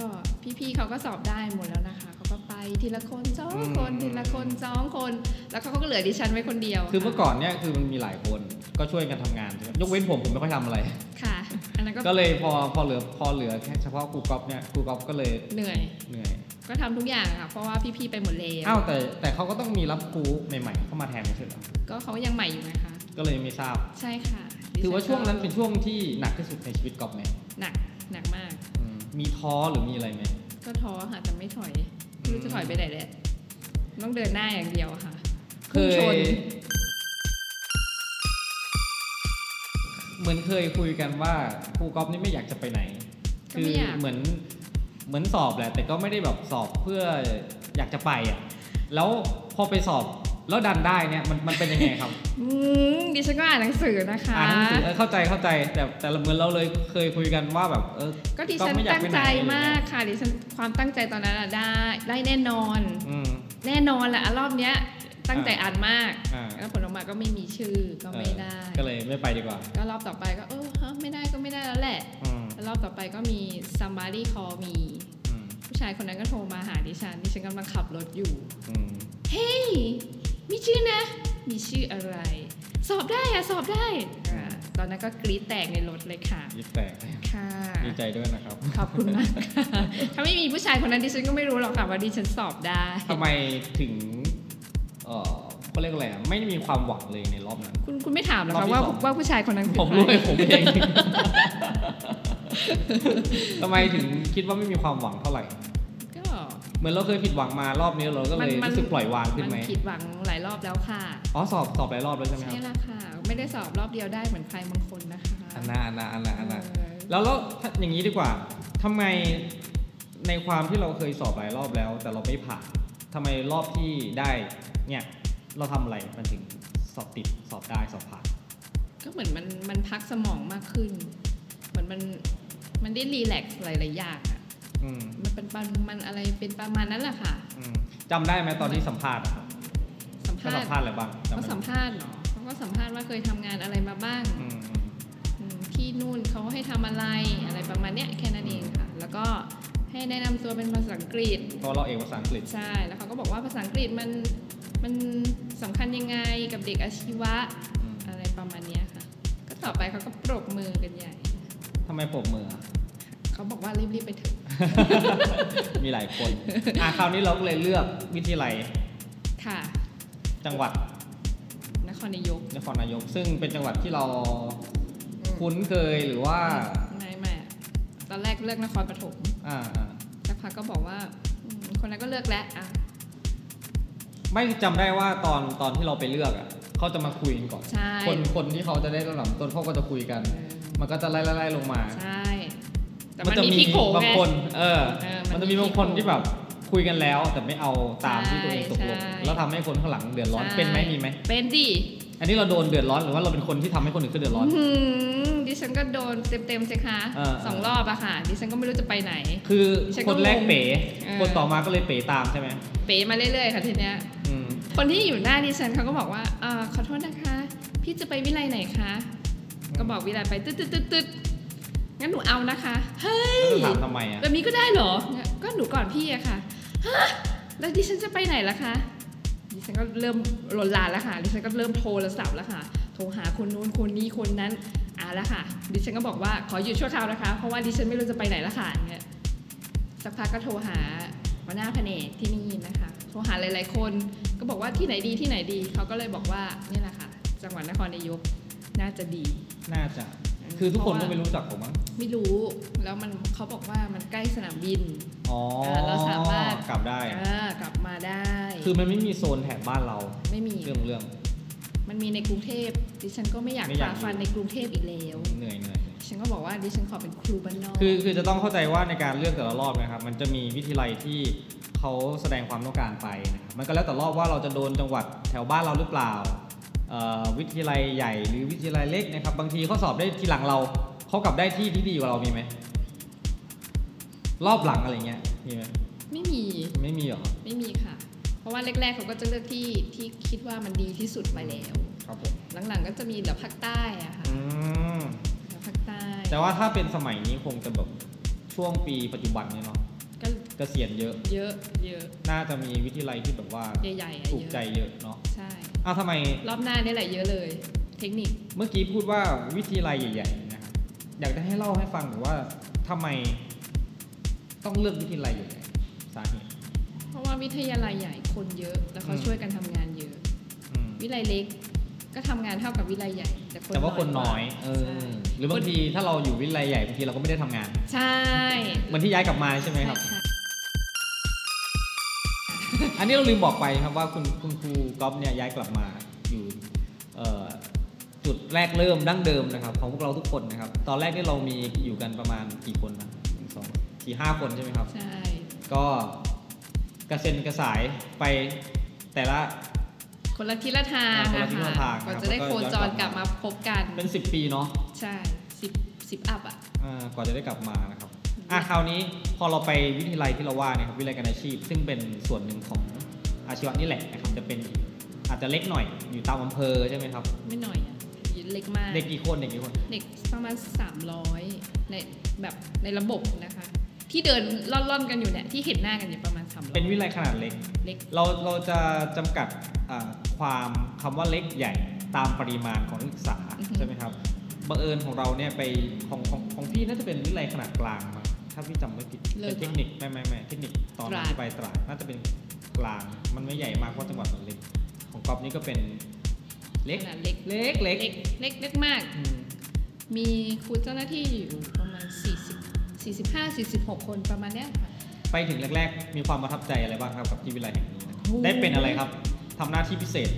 [SPEAKER 2] พี่ๆเขาก็สอบได้หมดแล้วนะคะเขาก็ไปทีละคนสองคน
[SPEAKER 1] อืม
[SPEAKER 2] ทีละคนสองคน แล้วเขาก็เหลือดิฉันไว้คนเดียว
[SPEAKER 1] คือเมื่อก่อนเนี่ยคือมันมีหลายคนก็ช่วยกันทำงานใช่ไหมยกเว้นผมผมไม่ค่อยทำอะไร
[SPEAKER 2] ค่ะ อันนั้นก็
[SPEAKER 1] ก็เลยพอพอเหลือพอเหลือแค่เฉพาะครูก๊อฟเนี่ยครูก๊อฟก็เลย
[SPEAKER 2] เหนื่อย
[SPEAKER 1] เหนื่อย
[SPEAKER 2] ก็ทำทุกอย่างค่ะ เพราะว่าพี่ๆไปหมดแล้ว
[SPEAKER 1] อ้าวแต่แต่เขาก็ต้องมีรับครูใหม่ ๆ เข้ามาแทนไม่ใช่เหรอ
[SPEAKER 2] ก็เขายังใหม่อยู่นะคะ
[SPEAKER 1] ก็เลยไม่ทราบ
[SPEAKER 2] ใช่ค่ะดิฉั
[SPEAKER 1] ถือว่าช่วงนั้นเป็นช่วงที่หนักที่สุดในชีวิตกอบไหม
[SPEAKER 2] หนักหนักมาก
[SPEAKER 1] อืมมีท้อหรือมีอะไรไหม
[SPEAKER 2] ก็ท้อค่ะแต่ไม่ถอยไม่รู้จะถอยไปไหนแล้วต้องเดินหน้าอย่างเดียวอะค่ะ
[SPEAKER 1] เค
[SPEAKER 2] พุ่งชน
[SPEAKER 1] ย เหมือนเคยคุยกันว่าครูกอบนี่ไม่อยากจะไปไหน
[SPEAKER 2] ก็
[SPEAKER 1] คื
[SPEAKER 2] ไม่อยาก
[SPEAKER 1] เหมือนเหมือนสอบแหละ แต่ก็ไม่ได้แบบสอบเพื่ออยากจะไปอ่ะแล้วพอไปสอบแล้วดันได้เนี่ยมันมันเป็นยังไง
[SPEAKER 2] [LAUGHS]
[SPEAKER 1] ครับ
[SPEAKER 2] อืมดิฉันก็อ่านหนังสือนะคะ
[SPEAKER 1] อ่านหนังสือเออเข้าใจเข้าใจ แต่แต่ละเหมือนเราเลยเคยคุยกันว่าแบบเออ
[SPEAKER 2] ก็ดิฉัน
[SPEAKER 1] ไม่อยา
[SPEAKER 2] ตั้ง
[SPEAKER 1] ไปไห
[SPEAKER 2] ใจ
[SPEAKER 1] อะไรอย่เย
[SPEAKER 2] มากค่ะดิฉันความตั้งใจตอนนั้นอะได้ได้แน่นอน
[SPEAKER 1] อืม
[SPEAKER 2] แน่นอนแหละอ่ะรอบเนี้ย ตั้งใจอ่านมาก
[SPEAKER 1] อ่า
[SPEAKER 2] แล้วผลออกมาก็ไม่มีชื่อก็ไม่ได้
[SPEAKER 1] เออก็เลยไม่ไปดีกว่า
[SPEAKER 2] ก็รอบต่อไปก็เออฮะไม่ได้ก็ไม่ได้แล้วแหละ
[SPEAKER 1] อืม
[SPEAKER 2] แล้วรอบต่อไปก็มี somebody call me
[SPEAKER 1] อืม
[SPEAKER 2] ผู้ชายคนนั้นก็โทรมาหาดิฉันดิฉันกำลังขับรถอยู่
[SPEAKER 1] อืม
[SPEAKER 2] เฮ้ย มีชื่อนะ มีชื่ออะไร สอบได้อะสอบได้อ่าตอนนั้นก็กรี๊ดแตกในรถเลยค่ะ
[SPEAKER 1] ยิ้มแตก
[SPEAKER 2] ค่ะ
[SPEAKER 1] ดีใจด้วยนะครับ
[SPEAKER 2] ขอบคุณมากค่ะถ้าไม่มีผู้ชายคนนั้นดิฉันก็ไม่รู้หรอกค่ะว่าดิฉันสอบได้
[SPEAKER 1] ทำไมถึงเออเขาเรียกอะไรอะไม่มีความหวังเลยในรอบนั้น
[SPEAKER 2] คุณคุณไม่ถามหรอก
[SPEAKER 1] รอบ
[SPEAKER 2] ค่ะ
[SPEAKER 1] ที่
[SPEAKER 2] ว่า
[SPEAKER 1] สอง
[SPEAKER 2] ว่าผู้ชายคนนั้นคือ
[SPEAKER 1] ผมรู้
[SPEAKER 2] ใค
[SPEAKER 1] เลยผมเองทำไมถึงคิดว่าไม่มีความหวังเท่าไหร่
[SPEAKER 2] ก็
[SPEAKER 1] เหมือนเราเคยผิดหวังมารอบนี้เราก็เลย
[SPEAKER 2] มันมัน
[SPEAKER 1] รู้สึกปล่อยวางขึ้นไหม
[SPEAKER 2] มันผิดหวังหลายรอบแล้วค่ะ
[SPEAKER 1] อ๋อสอบสอบหลายรอบแล้วใช่ไหมค
[SPEAKER 2] ใช่
[SPEAKER 1] รับ
[SPEAKER 2] ละค่ะ ไม่ได้สอบรอบเดียวได้เหมือนใครบางคนนะคะ
[SPEAKER 1] อันน่าอันน่าอันน่าอันน่า
[SPEAKER 2] เออ
[SPEAKER 1] แล้วแล้วถ้าอย่างนี้ดีกว่าทำไมในความที่เราเคยสอบหลายรอบแล้ว แต่เราไม่ผ่านทำไมรอบที่ได้เนี่ยเราทำอะไรมันถึงสอบติดสอบได้สอบผ่าน
[SPEAKER 2] ก็เหมือนมันมันพักสมองมากขึ้น เหมือนมันมันได้รีแลกซ์หลายๆอย่างอะ
[SPEAKER 1] อืม
[SPEAKER 2] มันเป็นประมันอะไรเป็นประมาณนั้นแหละค่ะ
[SPEAKER 1] อืมจำได้ไหมตอนที่สัมภาษณ์อะครับ
[SPEAKER 2] สัม
[SPEAKER 1] ก็
[SPEAKER 2] ภา
[SPEAKER 1] สั
[SPEAKER 2] ษ
[SPEAKER 1] ม
[SPEAKER 2] ณ์
[SPEAKER 1] ภาษณ์อะไรบ้างจำ
[SPEAKER 2] ก็
[SPEAKER 1] ไม่
[SPEAKER 2] สัม
[SPEAKER 1] ได้
[SPEAKER 2] ภาษณ์เนาะเขาก็สัมภาษณ์ว่าเคยทำงานอะไรมาบ้าง
[SPEAKER 1] อืม
[SPEAKER 2] อืมที่นู่นเขาให้ทำอะไรอะไรประมาณเนี้ยแค่นั้นเองค่ะ แล้วก็ให้แนะนำตัวเป็นภาษาอังกฤษ
[SPEAKER 1] เพราะเราเอกภาษาอังกฤษ
[SPEAKER 2] ใช่ แล้วเขาก็บอกว่าภาษาอังกฤษมันมันสำคัญยังไงกับเด็กอาชีวะ
[SPEAKER 1] อืม
[SPEAKER 2] อะไรประมาณเนี้ยค่ะ ก็ต่อไปเขาก็ปรบมือกันใหญ่
[SPEAKER 1] ทำไมปรบมืออะ
[SPEAKER 2] เขาบอกว่ารีบๆไปเถอะ
[SPEAKER 1] มีหลายคน อ่ะคราวนี้เราก็เลยเลือกวิทยาลัย
[SPEAKER 2] ค่ะ
[SPEAKER 1] จังหวัด
[SPEAKER 2] นครนายก
[SPEAKER 1] นครนายก ซึ่งเป็นจังหวัดที่เราคุ้นเคยหรือว่า
[SPEAKER 2] ไม่ไม่อะตอนแรกเลือกนครปฐม
[SPEAKER 1] อ่าอ่า
[SPEAKER 2] สักพักก็บอกว่าอืมคนนั้นก็เลือกแล้วอ่ะ
[SPEAKER 1] ไม่จำได้ว่าตอนตอนที่เราไปเลือกอ่ะเขาจะมาคุยกันก่อน
[SPEAKER 2] ใช่
[SPEAKER 1] คนคนที่เขาจะได้ลำดับต้นเขาก็จะคุยกัน
[SPEAKER 2] เออ
[SPEAKER 1] มันก็จะไล่ไล่ไล่ลงมา
[SPEAKER 2] ใช่ แต่มัน
[SPEAKER 1] จะ
[SPEAKER 2] มีพลิกโผ
[SPEAKER 1] บาง
[SPEAKER 2] ไง
[SPEAKER 1] คน เออ
[SPEAKER 2] เออมั
[SPEAKER 1] มัน
[SPEAKER 2] น
[SPEAKER 1] จะมีบางคนที่แบบคุยกันแล้ว แต่ไม่เอาตามที่ตัวเองตกลง
[SPEAKER 2] ใช่ใช่
[SPEAKER 1] แล้วทำให้คนข้างหลังเดือดร้อน
[SPEAKER 2] ใช่
[SPEAKER 1] เป็นไหมมีไหม
[SPEAKER 2] เป็นดิ
[SPEAKER 1] อันนี้เราโดนเดือดร้อนหรือว่าเราเป็นคนที่ทำให้คนอื่นเขาเดือดร้อน
[SPEAKER 2] อื้อหือดิฉันก็โดนเต็มๆสิคะ
[SPEAKER 1] เออเออ
[SPEAKER 2] สองรอบอะค่ะ ดิฉันก็ไม่รู้จะไปไหน
[SPEAKER 1] คือ
[SPEAKER 2] ฉัน
[SPEAKER 1] ค
[SPEAKER 2] ก็
[SPEAKER 1] นแรกเป๋
[SPEAKER 2] เออ
[SPEAKER 1] คนต่อมาก็เลยเป๋ตามใช่ไหม
[SPEAKER 2] เป๋มาเรื่อยๆค่ะทีเนี้ย
[SPEAKER 1] อืม
[SPEAKER 2] คนที่อยู่หน้าดิฉันเขาก็บอกว่าเออขอโทษนะคะ พี่จะไปวิไลไหนคะ ก็บอกวิไลไปตึ๊ดตึ๊ดตึ๊ดตึ๊ดงั้นหนูเอานะคะ เฮ้ย
[SPEAKER 1] แล้วจะถามทำไมอ่ะ
[SPEAKER 2] แบบนี้ก็ได้เหรอ ก็หนูก่อนพี่อะค่ะฮะแล้วดิฉันจะไปไหนล่ะคะ ดิฉันก็เริ่มหลนลานแล้วค่ะ ดิฉันก็เริ่มโทรศัพท์แล้วค่ะ โทรหาคนนู้นคนนี้คนนั้นเอาละค่ะ ดิฉันก็บอกว่าขอหยุดชั่วคราวนะคะ เพราะว่าดิฉันไม่รู้จะไปไหนละค่ะอย่างเงี้ย สักพักก็โทรหาหัวหน้าแผนกที่นี่นะคะ โทรหาหลายๆคน ก็บอกว่าที่ไหนดีที่ไหนดี เขาก็เลยบอกว่านี่แหละค่ะ จังหวัดนครนายกน่าจะดี
[SPEAKER 1] น่าจะ คือทุกคนก็
[SPEAKER 2] เพราะว่า
[SPEAKER 1] ไม่รู้จักผมมั้ง
[SPEAKER 2] ไม่รู้ แล้วมันเขาบอกว่ามันใกล้สนามบิน
[SPEAKER 1] อ๋อ
[SPEAKER 2] เออเราสามารถ
[SPEAKER 1] กลับได้อะ
[SPEAKER 2] เออกลับมาได้
[SPEAKER 1] คือมันไม่มีโซนแถบบ้านเรา
[SPEAKER 2] ไม่มี
[SPEAKER 1] เรื่องเรื่อง
[SPEAKER 2] มันมีในกรุงเทพดิฉันก็ไม่อยาก
[SPEAKER 1] ไม่อยา
[SPEAKER 2] ฝ่าก ฟันในกรุงเทพอีกแล้ว
[SPEAKER 1] เหนื่อยเหนื่อย
[SPEAKER 2] ดิฉันก็บอกว่าดิฉันขอเป็นครูบ้านนอก
[SPEAKER 1] คือคือจะต้องเข้าใจว่าในการเลือกแต่ละรอบนะครับ มันจะมีวิธีไรที่เขาแสดงความต้องการไปนะครับมันก็แล้วแต่รอบว่าเราจะโดนจังหวัดแถวบ้านเราหรือเปล่าเอ่อวิทยาลัยใหญ่หรือวิทยาลัยเล็กนะครับ บางทีเขาสอบได้ทีหลังเราเขากลับได้ที่ที่ดีกว่าเรามีไหมรอบหลังอะไรเงี้ยมีไหม
[SPEAKER 2] ไม่มี
[SPEAKER 1] ไม่มีเหรอ
[SPEAKER 2] ไม่มีค่ะ เพราะว่าแรกๆเขาก็จะเลือกที่ที่คิดว่ามันดีที่สุดไปแล้ว
[SPEAKER 1] ครับผม
[SPEAKER 2] หลังๆก็จะมีเดี๋ยวภาคใต้อะค่ะ
[SPEAKER 1] อืม
[SPEAKER 2] เดี๋ยวภาคใต้
[SPEAKER 1] แต่ว่าถ้าเป็นสมัยนี้คงจะแบบช่วงปีปัจจุบันเนี่ยเนาะ
[SPEAKER 2] ก็
[SPEAKER 1] เกษียณเยอะ
[SPEAKER 2] เยอะเยอะ
[SPEAKER 1] น่าจะมีวิทยาลัยที่แบบว่า
[SPEAKER 2] ใหญ่ๆอะ
[SPEAKER 1] ถูก
[SPEAKER 2] เย
[SPEAKER 1] ใจ
[SPEAKER 2] อะ
[SPEAKER 1] เยอะเนาะ
[SPEAKER 2] ใช่
[SPEAKER 1] อ้าวทำไม
[SPEAKER 2] รอบหน้านี่แหละเยอะเลย เทคนิค
[SPEAKER 1] เมื่อกี้พูดว่าวิทยาลัยใหญ่ๆนะครับอยากจะให้เล่าให้ฟังหรือว่าทำไมต้องเลือกวิทยาลัยใหญ่ๆสาเหตุ
[SPEAKER 2] เพราะว่าวิทยาลัยใหญ่คนเยอะแล้วเขา
[SPEAKER 1] อืม
[SPEAKER 2] ช่วยกันทำงานเยอะ
[SPEAKER 1] อืม
[SPEAKER 2] วิไลเล็กก็ทำงานเท่ากับวิไลใหญ่ แต่คน
[SPEAKER 1] แต่ว่าคนน้อย
[SPEAKER 2] กว่า
[SPEAKER 1] เออ หรือบางทีถ้าเราอยู่วิทยาลัยใหญ่บางทีเราก็ไม่ได้ทำงาน
[SPEAKER 2] ใช่
[SPEAKER 1] เหมือนที่ย้ายกลับมาใช่ไหม
[SPEAKER 2] [LAUGHS] ใช่
[SPEAKER 1] ครับ
[SPEAKER 2] ค่ะ
[SPEAKER 1] อันนี้เราลืมบอกไปครับว่าคุณคุณครูก๊อฟเนี่ยย้ายกลับมาอยู่เอ่อจุดแรกเริ่มดั้งเดิมนะครับ ของพวกเราทุกคนนะครับ ตอนแรกที่เรามีอยู่กันประมาณกี่คนนะหนึ่งสองสี่ห้าคนใช่ไหมครับ
[SPEAKER 2] ใช่
[SPEAKER 1] ก็กระเซ็นกระสายไปแต่ละ
[SPEAKER 2] คนละทิศละทาง
[SPEAKER 1] อ่าคนละทิศละทาง
[SPEAKER 2] อคก็
[SPEAKER 1] ครับ
[SPEAKER 2] จะได้
[SPEAKER 1] แล้วก็
[SPEAKER 2] โคจร
[SPEAKER 1] ย้อนก
[SPEAKER 2] ก
[SPEAKER 1] ลั
[SPEAKER 2] ลั
[SPEAKER 1] บ
[SPEAKER 2] บมาพบกัน
[SPEAKER 1] เป็น 10 ปีเนาะ
[SPEAKER 2] ใช่สิบสิบอัพอ่ะ
[SPEAKER 1] อ่ากว่าจะได้กลับมานะครับอ่ะคราวนี้พอเราไปวิทยาลัยที่เราว่าเนี่ยครับวิทยาลัยการอาชีพ ซึ่งเป็นส่วนหนึ่งของอาชีวะนี่แหละนะครับจะเป็น อาจจะเล็กหน่อยอยู่ตามอำเภอใช่ไหมครับ
[SPEAKER 2] ไม่หน่อยอะเล็กมาก
[SPEAKER 1] เด็กกี่คนเด็กกี่คน
[SPEAKER 2] เด็กประมาณ 300 ในแบบในระบบนะคะ ที่เดินล่อนๆกันอยู่เนี่ยที่เห็นหน้ากันอยู่ประมาณ300
[SPEAKER 1] เป็นวิทยาลัยขนาดเล็ก
[SPEAKER 2] เล็ก
[SPEAKER 1] เราเราจะจำกัดอ่าความคำว่าเล็กใหญ่ตามปริมาณของนักศึกษา
[SPEAKER 2] อือหือ
[SPEAKER 1] ใช่ไหมครับบังเอิญของเราเนี่ยไปของของของพี่น่าจะเป็นวิทยาลัยขนาดกลางมั้งถ้าพี่จำไม่ผิด
[SPEAKER 2] เลย
[SPEAKER 1] เป็นเทคนิคไม่ไม่ไม่เทคนิคตอนนั้น
[SPEAKER 2] ตราด
[SPEAKER 1] ที่ไปตราดน่าจะเป็นกลาง มันไม่ใหญ่มากเพราะจังหวัดมันเล็ก ของกอบนี่ก็เป็นเล็ก
[SPEAKER 2] ขนาดเล็ก
[SPEAKER 1] เล็กเล็ก
[SPEAKER 2] เล็กเล็กเล็กมาก
[SPEAKER 1] อืม
[SPEAKER 2] มีครูเจ้าหน้าที่อยู่ประมาณ 40 45 46 คนประมาณเนี้ยค่ะ
[SPEAKER 1] ไปถึงแรก ๆ มีความประทับใจอะไรบ้างครับกับที่วิทยาลัยแห่งนี้นะ
[SPEAKER 2] โอ้
[SPEAKER 1] ได้เป็นอะไรครับทำหน้าที่พิเศษ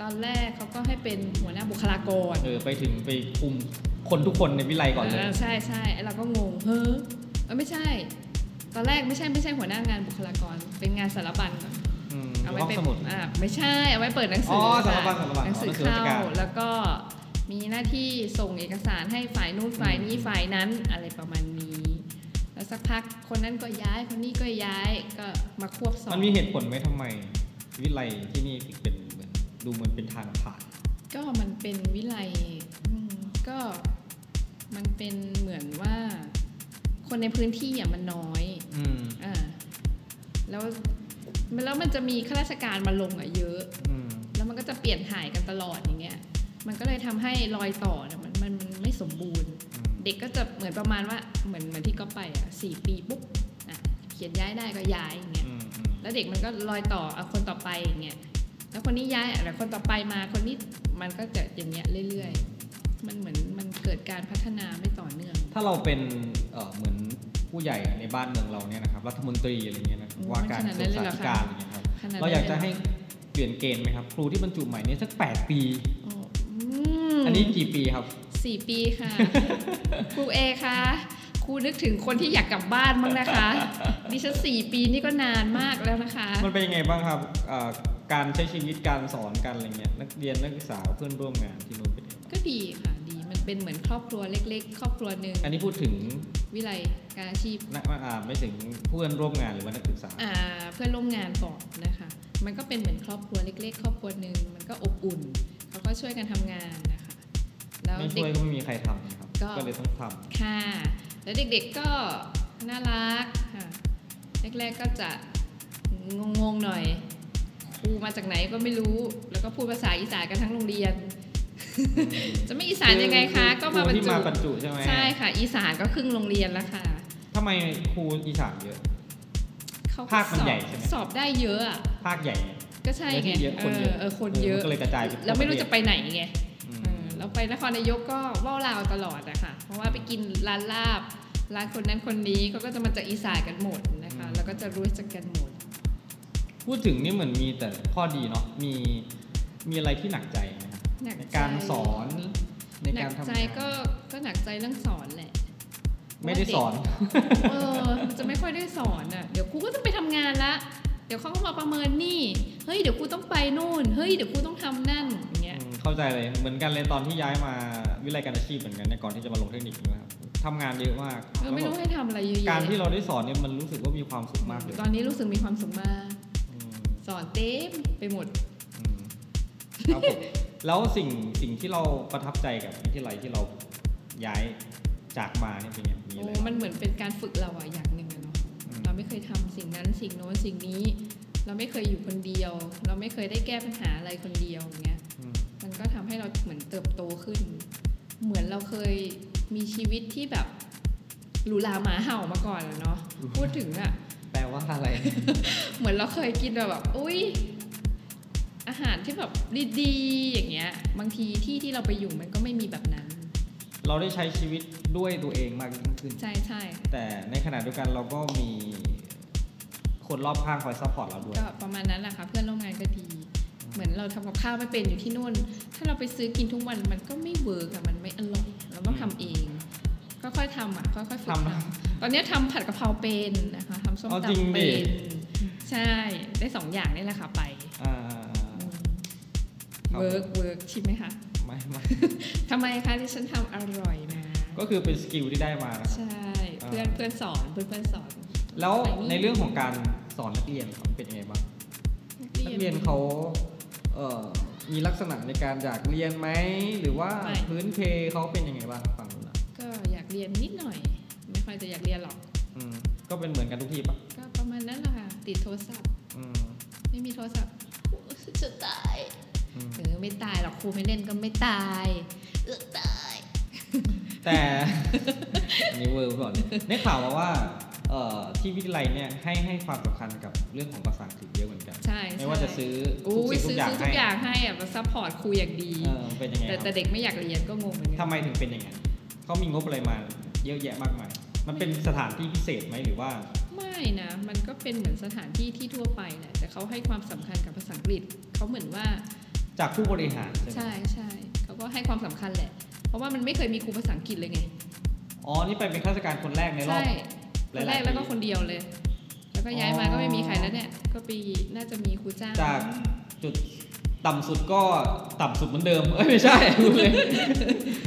[SPEAKER 2] ตอนแรกเขาก็ให้เป็นหัวหน้าบุคลากร
[SPEAKER 1] เออไปถึงไปคุมคนทุกคนในวิทยาลัยก่อนเลย
[SPEAKER 2] าใช่ใช่ไอ้เราก็งงเฮ้อเออไม่ใช่ ตอนแรกไม่ใช่ไม่ใช่หัวหน้างานบุคลากร เป็นงานสารบัญก่อน
[SPEAKER 1] อืม
[SPEAKER 2] เอาไว้
[SPEAKER 1] ห้อง
[SPEAKER 2] เป็น
[SPEAKER 1] สมุด
[SPEAKER 2] อ่าไม่ใช่ เอาไว้เปิดหนังสื
[SPEAKER 1] อ
[SPEAKER 2] ค่ะ
[SPEAKER 1] สารบัญสารบัญ
[SPEAKER 2] หนังสื
[SPEAKER 1] ห
[SPEAKER 2] อ
[SPEAKER 1] นังสือราช
[SPEAKER 2] เข้า
[SPEAKER 1] การ
[SPEAKER 2] แล้วก็มีหน้าที่ส่งเอกสารให้ฝ่ายนู้นฝ่ายนี้ฝ่ายนั้นอะไรประมาณนี้ แล้วสักพักคนนั้นก็ย้ายคนนี้ก็ย้ายก็มาควบสอบ
[SPEAKER 1] มันมีเหตุผลไหมทำไม วิไลที่นี่ถึงเป็นเหมือนดูเหมือนเป็นทางผ่าน
[SPEAKER 2] ก็มันเป็นวิไลอืมก็มันเป็นเหมือนว่า คนในพื้นที่อ่ะมันน้อย
[SPEAKER 1] อืม
[SPEAKER 2] อ่าแล้วแล้วมันจะมีข้าราชการมาลงอ่ะเยอะ
[SPEAKER 1] อืม
[SPEAKER 2] แล้วมันก็จะเปลี่ยนถ่ายกันตลอดอย่างเงี้ย มันก็เลยทำให้รอยต่อเนี่ยมันมันมันไม่สมบูรณ์ เด็กก็จะเหมือนประมาณว่าเหมือนเหมือนที่ก็ไปอ่ะสี่ปีปุ๊บอ่ะเขียนย้ายได้ก็ย้ายอย่างเงี้ย
[SPEAKER 1] อืมอืม
[SPEAKER 2] แล้วเด็กมันก็รอยต่อเอาคนต่อไปอย่างเงี้ย แล้วคนนี้ย้ายอ่ะแล้วคนต่อไปมาคนนี้มันก็จะอย่างเงี้ยเรื่อยๆ มันเหมือนมันเกิดการพัฒนาไม่ต่อเนื่อง
[SPEAKER 1] ถ้าเราเป็นเอ่อเหมือนผู้ใหญ่ในบ้านเมืองเราเนี่ยนะครับ รัฐมนตรีอะไรเงี้ยนะ
[SPEAKER 2] โอ้ย
[SPEAKER 1] ว่าการ
[SPEAKER 2] ขนาด
[SPEAKER 1] กระทร
[SPEAKER 2] นั้น
[SPEAKER 1] วงสาธิการอะไร
[SPEAKER 2] เลยเหรอคะ
[SPEAKER 1] เงี้ยครับ
[SPEAKER 2] ขนดนั้น
[SPEAKER 1] เราอยากจะให้เปลี่ยนเกณฑ์ไหมครับครูที่บรรจุใหม่เนี่ยสัก 8 ปี
[SPEAKER 2] อ๋ออืม
[SPEAKER 1] อันนี้กี่ปีครับ
[SPEAKER 2] สี่ปีค่ะ ครูเอคะครูนึกถึงคนที่อยากกลับบ้านมั้างนะคะ ดิฉันสี่ปีนี่ก็นานมากแล้วนะคะ
[SPEAKER 1] มันเป็นยังไงบ้างครับเอ่อการใช้ชีวิตการสอนกันอะไรเงี้ยนักเรียนนักศึกษาเพื่อนร่วมงานที่นู่นเป็นยังไง
[SPEAKER 2] ก็ดีค่ะดีมันเป็นเหมือนครอบครัวเล็ก ๆ ครอบครัวหนึ่ง
[SPEAKER 1] อันนี้พูดถึง
[SPEAKER 2] วิไลการอาชีพ
[SPEAKER 1] นักอ่าไม่ถึงเพื่อนร่วมงานหรือว่านักศึกษา
[SPEAKER 2] อ่าเพื่อนร่วมงานก่อนนะคะ มันก็เป็นเหมือนครอบครัวเล็ก ๆ ครอบครัวหนึ่งมันก็อบอุ่นเขาก็ช่วยกันทำงานนะคะ แล้ว
[SPEAKER 1] ไม่
[SPEAKER 2] เด็
[SPEAKER 1] ช่วย
[SPEAKER 2] ก
[SPEAKER 1] ก็ไม่มีใครทำนะครับ
[SPEAKER 2] ก็
[SPEAKER 1] ก็เลยต้องท
[SPEAKER 2] ค่ะ แล้วเด็กๆก็น่ารักค่ะแรกๆก็จะงงๆหน่อยครูมาจากไหนก็ไม่รู้ แล้วก็พูดภาษาอีสานกันทั้งโรงเรียน [LAUGHS]
[SPEAKER 1] ำ
[SPEAKER 2] จะไม่อีสานยังไงคะ ก็มาบรร
[SPEAKER 1] คที่
[SPEAKER 2] จุ
[SPEAKER 1] มาบรรจุใช่ไหม
[SPEAKER 2] ใช่ค่ะ อีสานก็ครึ่งโรงเรียนแล้วค่ะ
[SPEAKER 1] ทำไมครูอีสานเยอะ
[SPEAKER 2] เขาก็
[SPEAKER 1] ภาคมัน
[SPEAKER 2] สอบ
[SPEAKER 1] ใหญ่ใช่ไหม
[SPEAKER 2] สอบได้เยอะอะ
[SPEAKER 1] ภาคใหญ่ไง
[SPEAKER 2] ก็ใช่
[SPEAKER 1] เนื้อที่
[SPEAKER 2] ไง
[SPEAKER 1] เยอะคนเยอะ
[SPEAKER 2] เออคนเยอะ
[SPEAKER 1] เออมันก็เลยกระจายไปทั่ว
[SPEAKER 2] แล้วไม่รู้
[SPEAKER 1] ประเทศ
[SPEAKER 2] จะไปไหนไง
[SPEAKER 1] อืม
[SPEAKER 2] เออเราไปนครนายกก็ว่าวลาวตลอดนะคะเพราะว่าไปกินร้านลาบ ร้านคนนั้นคนนี้เขาก็จะมาจากอีสานกันหมดนะคะ แล้วก็จะรู้จักกันหมด
[SPEAKER 1] พูดถึงนี่เหมือนมีแต่ข้อดีเนาะ มีมีอะไรที่หนักใจไหมครับ
[SPEAKER 2] หนักใจ
[SPEAKER 1] ในการสอนใน
[SPEAKER 2] หนั
[SPEAKER 1] การทำ
[SPEAKER 2] ใจ
[SPEAKER 1] งาน
[SPEAKER 2] ก็ก็หนักใจเรื่องสอน
[SPEAKER 1] [LAUGHS]
[SPEAKER 2] แหละ
[SPEAKER 1] ไม่ได้สอน
[SPEAKER 2] เออมันจะไม่ค่อยได้สอนอ่ะเดี๋ยวครูก็ต้องไปทำงานละ เดี๋ยวเขาก็มาประเมินนี่ เฮ้ยเดี๋ยวครูต้องไปนู่น เฮ้ยเดี๋ยวครูต้องทำนั่นอย่างเงี้ย
[SPEAKER 1] อืมเข้าใจเลยเหมือนกันเลยตอนที่ย้ายมาวิทยาลัยการอาชีพเหมือนกันในยก่อนที่จะมาลงเทคนิคนะครับทำงานเยอะมาก
[SPEAKER 2] เออไม่รู้ให้ทำอะไรเยอะแยะ
[SPEAKER 1] การที่เราได้สอนเนี่ยมันรู้สึกว่ามีความสุขมากเลย
[SPEAKER 2] ตอนนี้รู้สึกมีความสุขมาก
[SPEAKER 1] อืม
[SPEAKER 2] สอนเต็มไปหมด
[SPEAKER 1] อืมครับผม แล้วสิ่งสิ่งที่เราประทับใจกับวิทยาลัยที่เราย้ายจากมาเนี่ยเป็นอย่างนี้
[SPEAKER 2] โอ้
[SPEAKER 1] เลย
[SPEAKER 2] มันเหมือนเป็นการฝึกเราอะอย่างหนึ่งอะเนาะ
[SPEAKER 1] อืม
[SPEAKER 2] เราไม่เคยทำสิ่งนั้นสิ่งโน้นสิ่งนี้ เราไม่เคยอยู่คนเดียว เราไม่เคยได้แก้ปัญหาอะไรคนเดียวอย่างเงี้ย
[SPEAKER 1] อืม
[SPEAKER 2] มันก็ทำให้เราเหมือนเติบโตขึ้น เหมือนเราเคยมีชีวิตที่แบบหรูหราหมาเห่ามาก่อนอะเนาะ พูดถึงอะ
[SPEAKER 1] แปลว่าอะไร
[SPEAKER 2] เหมือนเราเคยกินแบบ อุ้ยอาหารที่แบบดีๆอย่างเงี้ย บางทีที่ที่เราไปอยู่มันก็ไม่มีแบบนั้น
[SPEAKER 1] เราได้ใช้ชีวิตด้วยตัวเองมากยิ่งขึ้น
[SPEAKER 2] ใช่ใช่
[SPEAKER 1] แต่ในขณะเดียวกันเราก็มีคนรอบข้างคอยซัพพอร์ตเราด้วย
[SPEAKER 2] ก็ประมาณนั้นแหละค่ะเพื่อนร่วมงานก็ดี เหมือนเราทำกับข้าวไม่เป็นอยู่ที่นู่น ถ้าเราไปซื้อกินทุกวันมันก็ไม่เวิร์กอะมันไม่อร่อย เราต้องทำเอง ค่อยๆทำอ่ะ ค่อยๆฝึก
[SPEAKER 1] ทำ
[SPEAKER 2] ทำตอนเนี้ยทำผัดกะเพราเป็นนะคะทำส้ม
[SPEAKER 1] เอาจริง
[SPEAKER 2] ตำ
[SPEAKER 1] ดิ
[SPEAKER 2] เป็น ใช่ ได้สองอย่างนี่แหละค่ะไป
[SPEAKER 1] อ่า ครับ
[SPEAKER 2] เวิร์กเวิร์กใช่ไหมคะ
[SPEAKER 1] ไม่ไม่
[SPEAKER 2] ทำไมคะที่ฉันทำอร่อยนะ
[SPEAKER 1] ก็คือเป็นสกิลที่ได้มานะครับ
[SPEAKER 2] ใช่ เพื่อน
[SPEAKER 1] อ่า
[SPEAKER 2] เพื่อนสอนเพื่อนเพื่อนสอน
[SPEAKER 1] แล้วในเรื่องของการสอนนักเรียนครับเป็นยังไงบ้าง
[SPEAKER 2] นักเรียน
[SPEAKER 1] นักเรียนเขาเอ่อมีลักษณะในการอยากเรียนไหม หรือว่า
[SPEAKER 2] ไม่
[SPEAKER 1] พื้นเพเขาเป็นยังไงบ้างฝั่งนู้นนะ
[SPEAKER 2] ก็อยากเรียนนิดหน่อย ไม่ค่อยจะอยากเรียนหรอก
[SPEAKER 1] อืมก็เป็นเหมือนกันทุกทีปะ
[SPEAKER 2] ก็ประมาณนั้นแหละค่ะ ติดโทรศัพท์
[SPEAKER 1] อืม
[SPEAKER 2] ไม่มีโทรศัพท์โอ้ยจะตาย
[SPEAKER 1] อืม
[SPEAKER 2] เออไม่ตายหรอกครูไม่เล่นก็ไม่ตายเออตาย
[SPEAKER 1] แต่
[SPEAKER 2] [LAUGHS]
[SPEAKER 1] อันนี่เวอร์ก่อนได้ข่าวมาว่าเอ่อที่วิทยาลัยเนี่ยให้ให้ความสำคัญกับเรื่องของภาษาอังกฤษเยอะเหมือนกัน
[SPEAKER 2] ใช่ใช่
[SPEAKER 1] ไม่ว่าจะซื้อทุ
[SPEAKER 2] อุ้
[SPEAKER 1] ก
[SPEAKER 2] ย
[SPEAKER 1] สิ่งทุกอ
[SPEAKER 2] ซื้อ
[SPEAKER 1] ย่าง
[SPEAKER 2] ซื้อทุ
[SPEAKER 1] ให้
[SPEAKER 2] กอย่างให้อะมาซัพพอร์ตครูอย่างดี
[SPEAKER 1] เออเป็นยังไง
[SPEAKER 2] แต่
[SPEAKER 1] ค
[SPEAKER 2] แต่
[SPEAKER 1] รับ
[SPEAKER 2] เด็กไม่อยากเรียนก็งงเหมือนกั
[SPEAKER 1] ทำไมถึงเป็นอย่างนั้นเขามีงบอะไรมาเยอะแยะมากมาย มันเป็นสถานที่พิเศษไหมหรือว่า
[SPEAKER 2] ไม่นะ มันก็เป็นเหมือนสถานที่ที่ทั่วไปแหละแต่เขาให้ความสำคัญกับภาษาอังกฤษเขาเหมือนว่า
[SPEAKER 1] จากผู้บริหารใช่ไหม
[SPEAKER 2] ใช่ใช่เขาก็ให้ความสำคัญแหละ เพราะว่ามันไม่เคยมีครูภาษาอังกฤษเลยไง
[SPEAKER 1] อ๋อ นี่ไปเป็นข้าราชการคนแรกในรอบ
[SPEAKER 2] ใช่
[SPEAKER 1] ห
[SPEAKER 2] ค
[SPEAKER 1] ลายๆ
[SPEAKER 2] นแรกแล้วก็
[SPEAKER 1] ปี
[SPEAKER 2] คนเดียวเลย แล้วก็ย้ายมา
[SPEAKER 1] อ๋อ
[SPEAKER 2] ก็ไม่มีใครแล้วเนี่ย ก็ปีน่าจะมีครูจ้าง
[SPEAKER 1] จากจุดต่ำสุดก็ต่ำสุดเหมือนเดิม [LAUGHS] เอ้ยไม่ใช่พูดเลย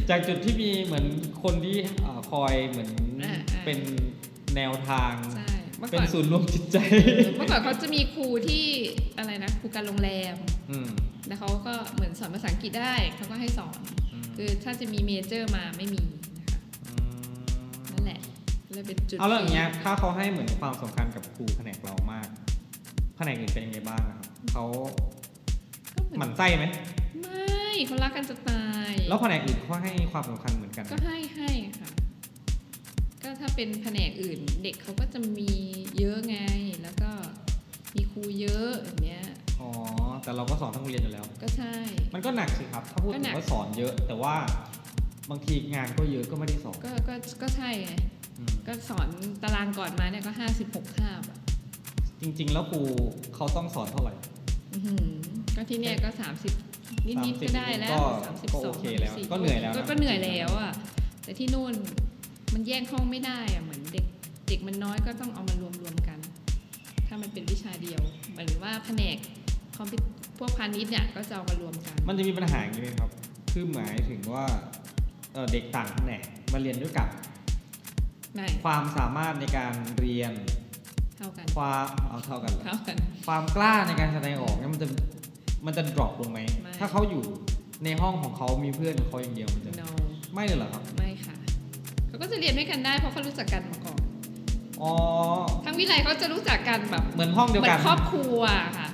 [SPEAKER 1] จากจุดที่มีเหมือนคนที่เอ่อคอยเหมือนเป็นแนวทาง
[SPEAKER 2] ใช่ เมื่อ
[SPEAKER 1] เป็
[SPEAKER 2] ก่
[SPEAKER 1] น
[SPEAKER 2] อน
[SPEAKER 1] ศูนย์รวมจิตใจ
[SPEAKER 2] เมื่อก่อนเขาจะมีครูที่อะไรนะ ครูการโรงแรม
[SPEAKER 1] อืม
[SPEAKER 2] แล้วเขาก็เหมือนสอนภาษาอังกฤษได้เขาก็ให้สอน
[SPEAKER 1] อืม
[SPEAKER 2] คือถ้าจะมีเมเจอร์มาไม่มีนะคะนั่นแหละเลยเป็นจุด
[SPEAKER 1] เอาเรื่องอย่างเงี้ย
[SPEAKER 2] ที่
[SPEAKER 1] ถ้าเขาให้เหมือนความสำคัญกับครูแผนกเรามากแผนกอื่นเป็นยังไงบ้างอะครับเขา
[SPEAKER 2] ก็เหมือน
[SPEAKER 1] หมั่นไส้ไหม
[SPEAKER 2] ไม่เขารักกันจะตาย
[SPEAKER 1] แล้วแผนกอื่นเขาให้ความสำคัญเหมือนกันไหม
[SPEAKER 2] ก็ให้ให้ค่ะ ก็ถ้าเป็นแผนกอื่น เด็กเขาก็จะมีเยอะไง แล้วก็มีครูเยอะอย่างเงี้ย
[SPEAKER 1] อ๋อแต่เราก็สอนทั้งโรงเรียนอยู่แล้ว
[SPEAKER 2] ก็ใช่
[SPEAKER 1] มันก็หนักสิครับ ถ้าพูด
[SPEAKER 2] ก็
[SPEAKER 1] ถึ
[SPEAKER 2] หนั
[SPEAKER 1] ง
[SPEAKER 2] ก
[SPEAKER 1] ว่าสอนเยอะ แต่ว่าบางทีงานก็เยอะก็ไม่ได้สอน
[SPEAKER 2] ก็ก็ก็ใช่ไง
[SPEAKER 1] อืม
[SPEAKER 2] ก็สอนตารางก่อนมาเนี่ยก็ห้าสิบหกคาบอะ
[SPEAKER 1] จริง ๆ แล้วครูเขาต้องสอนเท่าไหร่
[SPEAKER 2] อื้อหือก็ที่เนี่ยก็สามสิบนิดๆก็ได้แล้วสามสิบ
[SPEAKER 1] ก็
[SPEAKER 2] ส
[SPEAKER 1] โอ
[SPEAKER 2] อง
[SPEAKER 1] เคแล้ว ก็เหนื่อยแล้วะ
[SPEAKER 2] ก็เหนื่อยแล้วอ่ะแต่ที่นู่นมันแยกห้องไม่ได้อ่ะเหมือนเด็กเด็กมันน้อยก็ต้องเอามารวมรวมๆกัน ถ้ามันเป็นวิชาเดียวเหมือนว่าแผนกคอมพิวพวกพาณิชย์เนี่ยก็จะเอามารวมกัน
[SPEAKER 1] มันจะมีปัญหาอย่างนี้ไหมครับ คือหมายถึงว่าเอ่อเด็กต่างแผนกมาเรียนด้วยกัน
[SPEAKER 2] ไม่
[SPEAKER 1] ความสามารถในการเรียน
[SPEAKER 2] เท่ากัน
[SPEAKER 1] ความเอาเท่ากันเหรอ
[SPEAKER 2] เท่ากัน
[SPEAKER 1] ความกล้าในการแสดงออกเนี่ยมันจะมันจะดรอปลงไหม
[SPEAKER 2] ไม่
[SPEAKER 1] ถ้าเขาอยู่ในห้องของเขามีเพื่อนของเขาอย่างเดียวมันจะ
[SPEAKER 2] no
[SPEAKER 1] ไม่เลยเหรอครับ
[SPEAKER 2] ไม่ค่ะเขาก็จะเรียนด้วยกันได้เพราะเขารู้จักกันมาก่อน
[SPEAKER 1] อ๋อ
[SPEAKER 2] ทั้งวิไลเขาจะรู้จักกันแบบ
[SPEAKER 1] เหมือนห้อง
[SPEAKER 2] เห
[SPEAKER 1] เดียว
[SPEAKER 2] มือ
[SPEAKER 1] กัน น
[SPEAKER 2] ครอบครัวอะค่ะ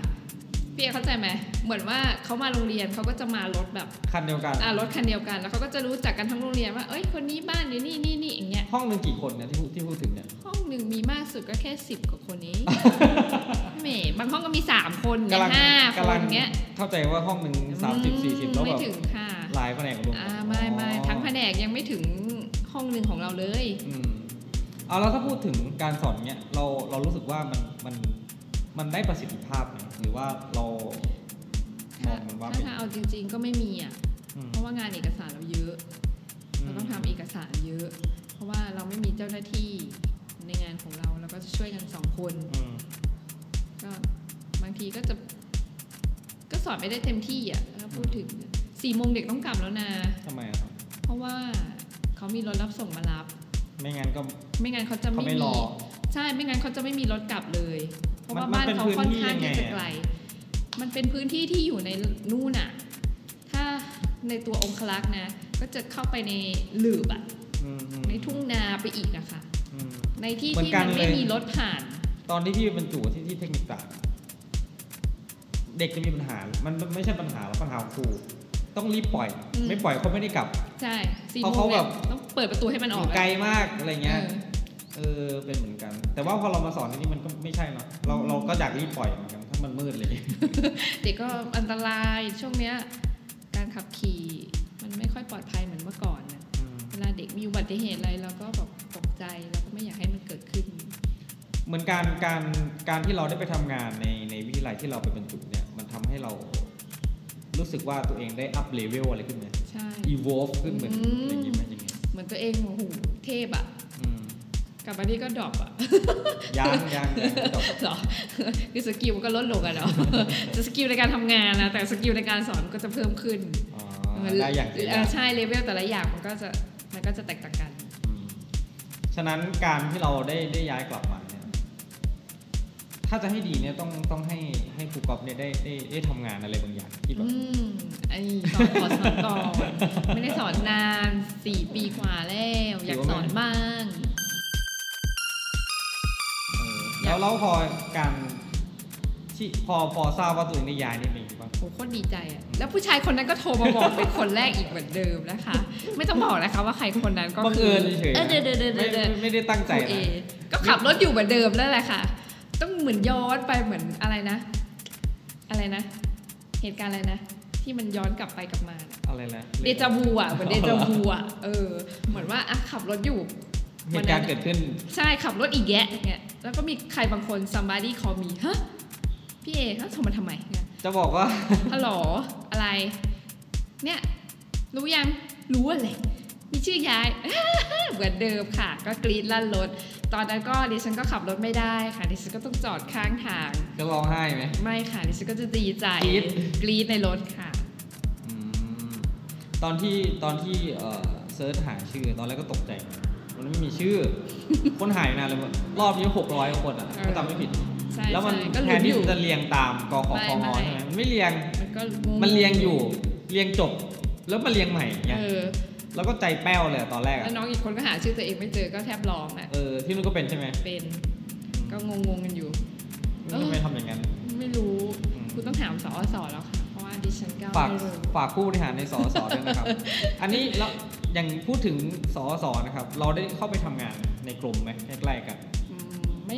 [SPEAKER 2] เปียเข้าใจไหมเหมือนว่าเขามาโรงเรียนเขาก็จะมารถแบบ
[SPEAKER 1] คันเดียวกัน
[SPEAKER 2] อ่ารถคันเดียวกัน แล้วเขาก็จะรู้จักกันทั้งโรงเรียนว่าเอ้ยคนนี้บ้านอยู่นี่นี่นี่อย่างเงี้ย
[SPEAKER 1] ห้องหนึ่งกี่คนเนี่ยที่พูดที่พูดถึงเนี่ย
[SPEAKER 2] ห้องหนึ่งมีมากสุดก็แค่สิบกว่าคนนี้
[SPEAKER 1] [LAUGHS]
[SPEAKER 2] แหมบางห้องก็มีสามคนเนี่ย
[SPEAKER 1] กำลัง
[SPEAKER 2] ห้าค
[SPEAKER 1] กำลั
[SPEAKER 2] นเงี้ย
[SPEAKER 1] เข้าใจว่าห้องหนึ่งสามสิบสี่สิบแล้ว
[SPEAKER 2] ไม่
[SPEAKER 1] แบบ
[SPEAKER 2] ถึงค่ะ
[SPEAKER 1] หลายแผนกรวม
[SPEAKER 2] อ่า
[SPEAKER 1] กัน
[SPEAKER 2] ไม่ไม่
[SPEAKER 1] อ๋อ
[SPEAKER 2] ทั้งแผนกยังไม่ถึงห้องหนึ่งของเราเลย
[SPEAKER 1] อืมเอาแล้วถ้าพูดถึงการสอนเนี่ยเราเรารู้สึกว่ามันมันมันได้ประสิทธิภาพไหมหรือว่าเราม
[SPEAKER 2] ถ้า
[SPEAKER 1] องมันว่า
[SPEAKER 2] ถ้า
[SPEAKER 1] เป็น
[SPEAKER 2] จะเอาจริง ๆ ก็ไม่มีอ่ะ
[SPEAKER 1] อืม
[SPEAKER 2] เพราะว่างานเอกสารเราเยอะ เราต้องทำเอกสารเยอะ เพราะว่าเราไม่มีเจ้าหน้าที่ในงานของเราเราก็ช่วยกันสองคน
[SPEAKER 1] อืม
[SPEAKER 2] ก็บางทีก็จะก็สอนไม่ได้เต็มที่อ่ะถ้าพูดถึงสี่โมงเด็กต้องกลับแล้วนะ
[SPEAKER 1] ทำไมอะครับ
[SPEAKER 2] เพราะว่าเขามีรถรับส่งมารับ
[SPEAKER 1] ไม่งั้นก็
[SPEAKER 2] ไม่งั้นเขาจะ
[SPEAKER 1] เขา
[SPEAKER 2] ไม่
[SPEAKER 1] ไม่ร
[SPEAKER 2] มี
[SPEAKER 1] อ
[SPEAKER 2] ใช่ไม่งั้นเขาจะไม่มีรถกลับเลย เพราะ
[SPEAKER 1] มัน
[SPEAKER 2] ว่าบ้าน
[SPEAKER 1] มันเป็น
[SPEAKER 2] เขาค่อนข้าง
[SPEAKER 1] พื้นที่
[SPEAKER 2] ที่
[SPEAKER 1] ยังไงอะ
[SPEAKER 2] จะไกล มันเป็นพื้นที่ที่อยู่ในนู่นอ่ะ ถ้าในตัวองคลักษณ์นะ ก็จะเข้าไปในหลืบอ่ะ
[SPEAKER 1] อืมอืม
[SPEAKER 2] ในทุ่งนาไปอีกนะคะ
[SPEAKER 1] อืม
[SPEAKER 2] ในที่
[SPEAKER 1] เหมือ
[SPEAKER 2] ที่
[SPEAKER 1] นกัน
[SPEAKER 2] มันไม่
[SPEAKER 1] เลย
[SPEAKER 2] มีรถผ่าน
[SPEAKER 1] ตอนที่พี่บรรจุที่ที่เทคนิคศาสตร์เด็กจะมีปัญหา มันมันไม่ใช่ปัญหาแล้วปัญหาของครูต้องรีบปล่อย
[SPEAKER 2] อืม
[SPEAKER 1] ไม่ปล่อยเขาไม่ได้กลับ
[SPEAKER 2] ใช่สี่
[SPEAKER 1] เพราะ
[SPEAKER 2] โม
[SPEAKER 1] เขา
[SPEAKER 2] ง
[SPEAKER 1] แบ
[SPEAKER 2] เนี่ย
[SPEAKER 1] บ
[SPEAKER 2] ต้องเปิดประตูให้มัน
[SPEAKER 1] อ
[SPEAKER 2] ออยู่ ก
[SPEAKER 1] ไกล
[SPEAKER 2] อะ
[SPEAKER 1] มากอะไรเงี้ย
[SPEAKER 2] ออ
[SPEAKER 1] เออเป็นเหมือนกัน แต่ว่าพอเรามาสอนที่นี่มันก็ไม่ใช่เนาะเราเราก็อยากรีบปล่อยเหมือนกันถ้ามันมืดเลย
[SPEAKER 2] เด็กก็อันตรายช่วงเนี้ยการขับขี่ มันไม่ค่อยปลอดภัยเหมือนเมื่อก่อนนะเวลาเด็กมีอุบัติเหตุอะไรเราก็แบบตกใจเราก็ไม่อยากให้มันเกิดขึ้น
[SPEAKER 1] เหมือนการการการที่เราได้ไปทำงานในในวิทยาลัยที่เราไปบรรจุเนี่ยมันทำให้เรา รู้สึกว่าตัวเองได้อัพเลเวลอะไรขึ้นไหม
[SPEAKER 2] ใช่
[SPEAKER 1] evolve ขึ้นเหมือน
[SPEAKER 2] อืม
[SPEAKER 1] อะไรอย่างงี้ไหมยังไง
[SPEAKER 2] เหมือนตัวเองโอ้โหเทพอะ
[SPEAKER 1] อืม
[SPEAKER 2] กลับมาที่ก็ดรอปอะ [LAUGHS]
[SPEAKER 1] ยังยังยังไม่จบ
[SPEAKER 2] เหรอคือสกิลมันก็ลดลงอะเนาะ [LAUGHS] จะสกิลในการทำงานนะแต่สกิลในการสอนมันก็จะเพิ่มขึ้น
[SPEAKER 1] อ๋อ
[SPEAKER 2] มัน
[SPEAKER 1] ได้อย่างเดียว
[SPEAKER 2] เใช่เลเวลแต่ละอย่างมันก็จะมันก็จะแตกต่างกัน
[SPEAKER 1] อืมฉะนั้นการที่เราได้ได้ย้ายกลับมาเนี่ย ถ้าจะให้ดีเนี่ยต้องต้องให้ให้ครูกอฟเนี่ยได้ได้ได้ทำงานอะไรบางอย่างที่แบบ
[SPEAKER 2] อืมไอ้สอนขอสอนก่อนไม่ได้สอนนานสี่ปีกว่าแล้ว อยากสอนบ้าง
[SPEAKER 1] เออแล้วแล้วพอการที่พอพอทราบว่าตัวเองได้ย้ายนี่มีบ้าง
[SPEAKER 2] โหโคตรดีใจอะแล้วผู้ชายคนนั้นก็โทรมาบอกเป็นคนแรกอีกเหมือนเดิมนะคะ ไม่ต้องบอกนะคะว่าใครคนนั้นก็
[SPEAKER 1] บัง
[SPEAKER 2] คื
[SPEAKER 1] เอิญเฉยๆ
[SPEAKER 2] เออเดอเดอเดอ
[SPEAKER 1] ไม่
[SPEAKER 2] เดอเด
[SPEAKER 1] ไม่
[SPEAKER 2] อ
[SPEAKER 1] ไม่ได้ตั้ง
[SPEAKER 2] ค
[SPEAKER 1] ใจ
[SPEAKER 2] รู
[SPEAKER 1] นะ
[SPEAKER 2] เอก็ขับรถอยู่เหมือนเดิมนั่นแหละค่ะ ต้องเหมือนย้อนไปเหมือนอะไรนะ อะไรนะ เหตุการณ์อะไรนะ ที่มันย้อนกลับไปกลับมาน่ะ
[SPEAKER 1] อะไรนะ
[SPEAKER 2] เดจาวูอ่ะเหมือนเดจาวูอ่ะเออ เหมือนว่าอ่ะขับรถอยู่
[SPEAKER 1] เหตุการณ์เกิดขึ้น
[SPEAKER 2] ใช่ขับรถอีกแยะเนี่ยแล้วก็มีใครบางคน somebody call me ฮะพี่เอเขาโทรมาทำไมเนี่ย
[SPEAKER 1] จะบอกว่า
[SPEAKER 2] ฮัลโหลอะไร เนี่ย รู้ยังรู้อะไรมีชื่อย้าย [LAUGHS] เหมือนเดิมค่ะ ก็กรีดลั่นรถ ตอนนั้นก็ดิฉันก็ขับรถไม่ได้ค่ะดิฉันก็ต้องจอดข้างทาง
[SPEAKER 1] จะร้องไห้ไหม
[SPEAKER 2] ไม่ค่ะดิฉันก็จะดีใจ
[SPEAKER 1] กรี๊ด
[SPEAKER 2] กรีดในรถค่ะ
[SPEAKER 1] อืมตอนที่ตอนที่เอ่อเซิร์ชหาชื่อตอนแรกก็ตกใจ มันไม่มีชื่อ คนหายนานเลยรอบนี้หกร้อยคนอ่ะ
[SPEAKER 2] เออ
[SPEAKER 1] ถ้าจำไม่ผิด
[SPEAKER 2] ใช่
[SPEAKER 1] แล้วมัน
[SPEAKER 2] ใช่ก็
[SPEAKER 1] แท
[SPEAKER 2] ลุ้
[SPEAKER 1] น
[SPEAKER 2] นอ
[SPEAKER 1] ที่
[SPEAKER 2] ยู่
[SPEAKER 1] จะเรียงตามกข
[SPEAKER 2] ไม่
[SPEAKER 1] คง
[SPEAKER 2] ไม่
[SPEAKER 1] ใช่ไหมมันไม่เรียง
[SPEAKER 2] มันก็
[SPEAKER 1] มันเรียงอยู่ เรียงจบ แล้วมันเรียงใหม่อย่างเงี้ย
[SPEAKER 2] เออ
[SPEAKER 1] แล้วก็ใจแป้วเลยอะตอนแรก
[SPEAKER 2] แล้
[SPEAKER 1] อะ
[SPEAKER 2] วน้องอีกคนก็หาชื่อตัวเองไม่เจอก็แทบร้องอ่ะ
[SPEAKER 1] เออที่นู่นก็เป็นใช่ไหม
[SPEAKER 2] เป็นก็งงๆกันอยู่
[SPEAKER 1] อืมทำไมทำอย่างนั้น
[SPEAKER 2] ไม่รู้
[SPEAKER 1] อืม
[SPEAKER 2] คุณต้องถามสอสแล้วค่ะ เพราะว่าดิฉันก็
[SPEAKER 1] ฝาก
[SPEAKER 2] ไม่รู้
[SPEAKER 1] ฝากผู้บริหารในสอสด้วย
[SPEAKER 2] [LAUGHS]
[SPEAKER 1] นะครับ อันนี้เราอย่างพูดถึงสอสนะครับ เราได้เข้าไปทำงานในกลุ่มไหมใกล้ๆกัน
[SPEAKER 2] อืมไม่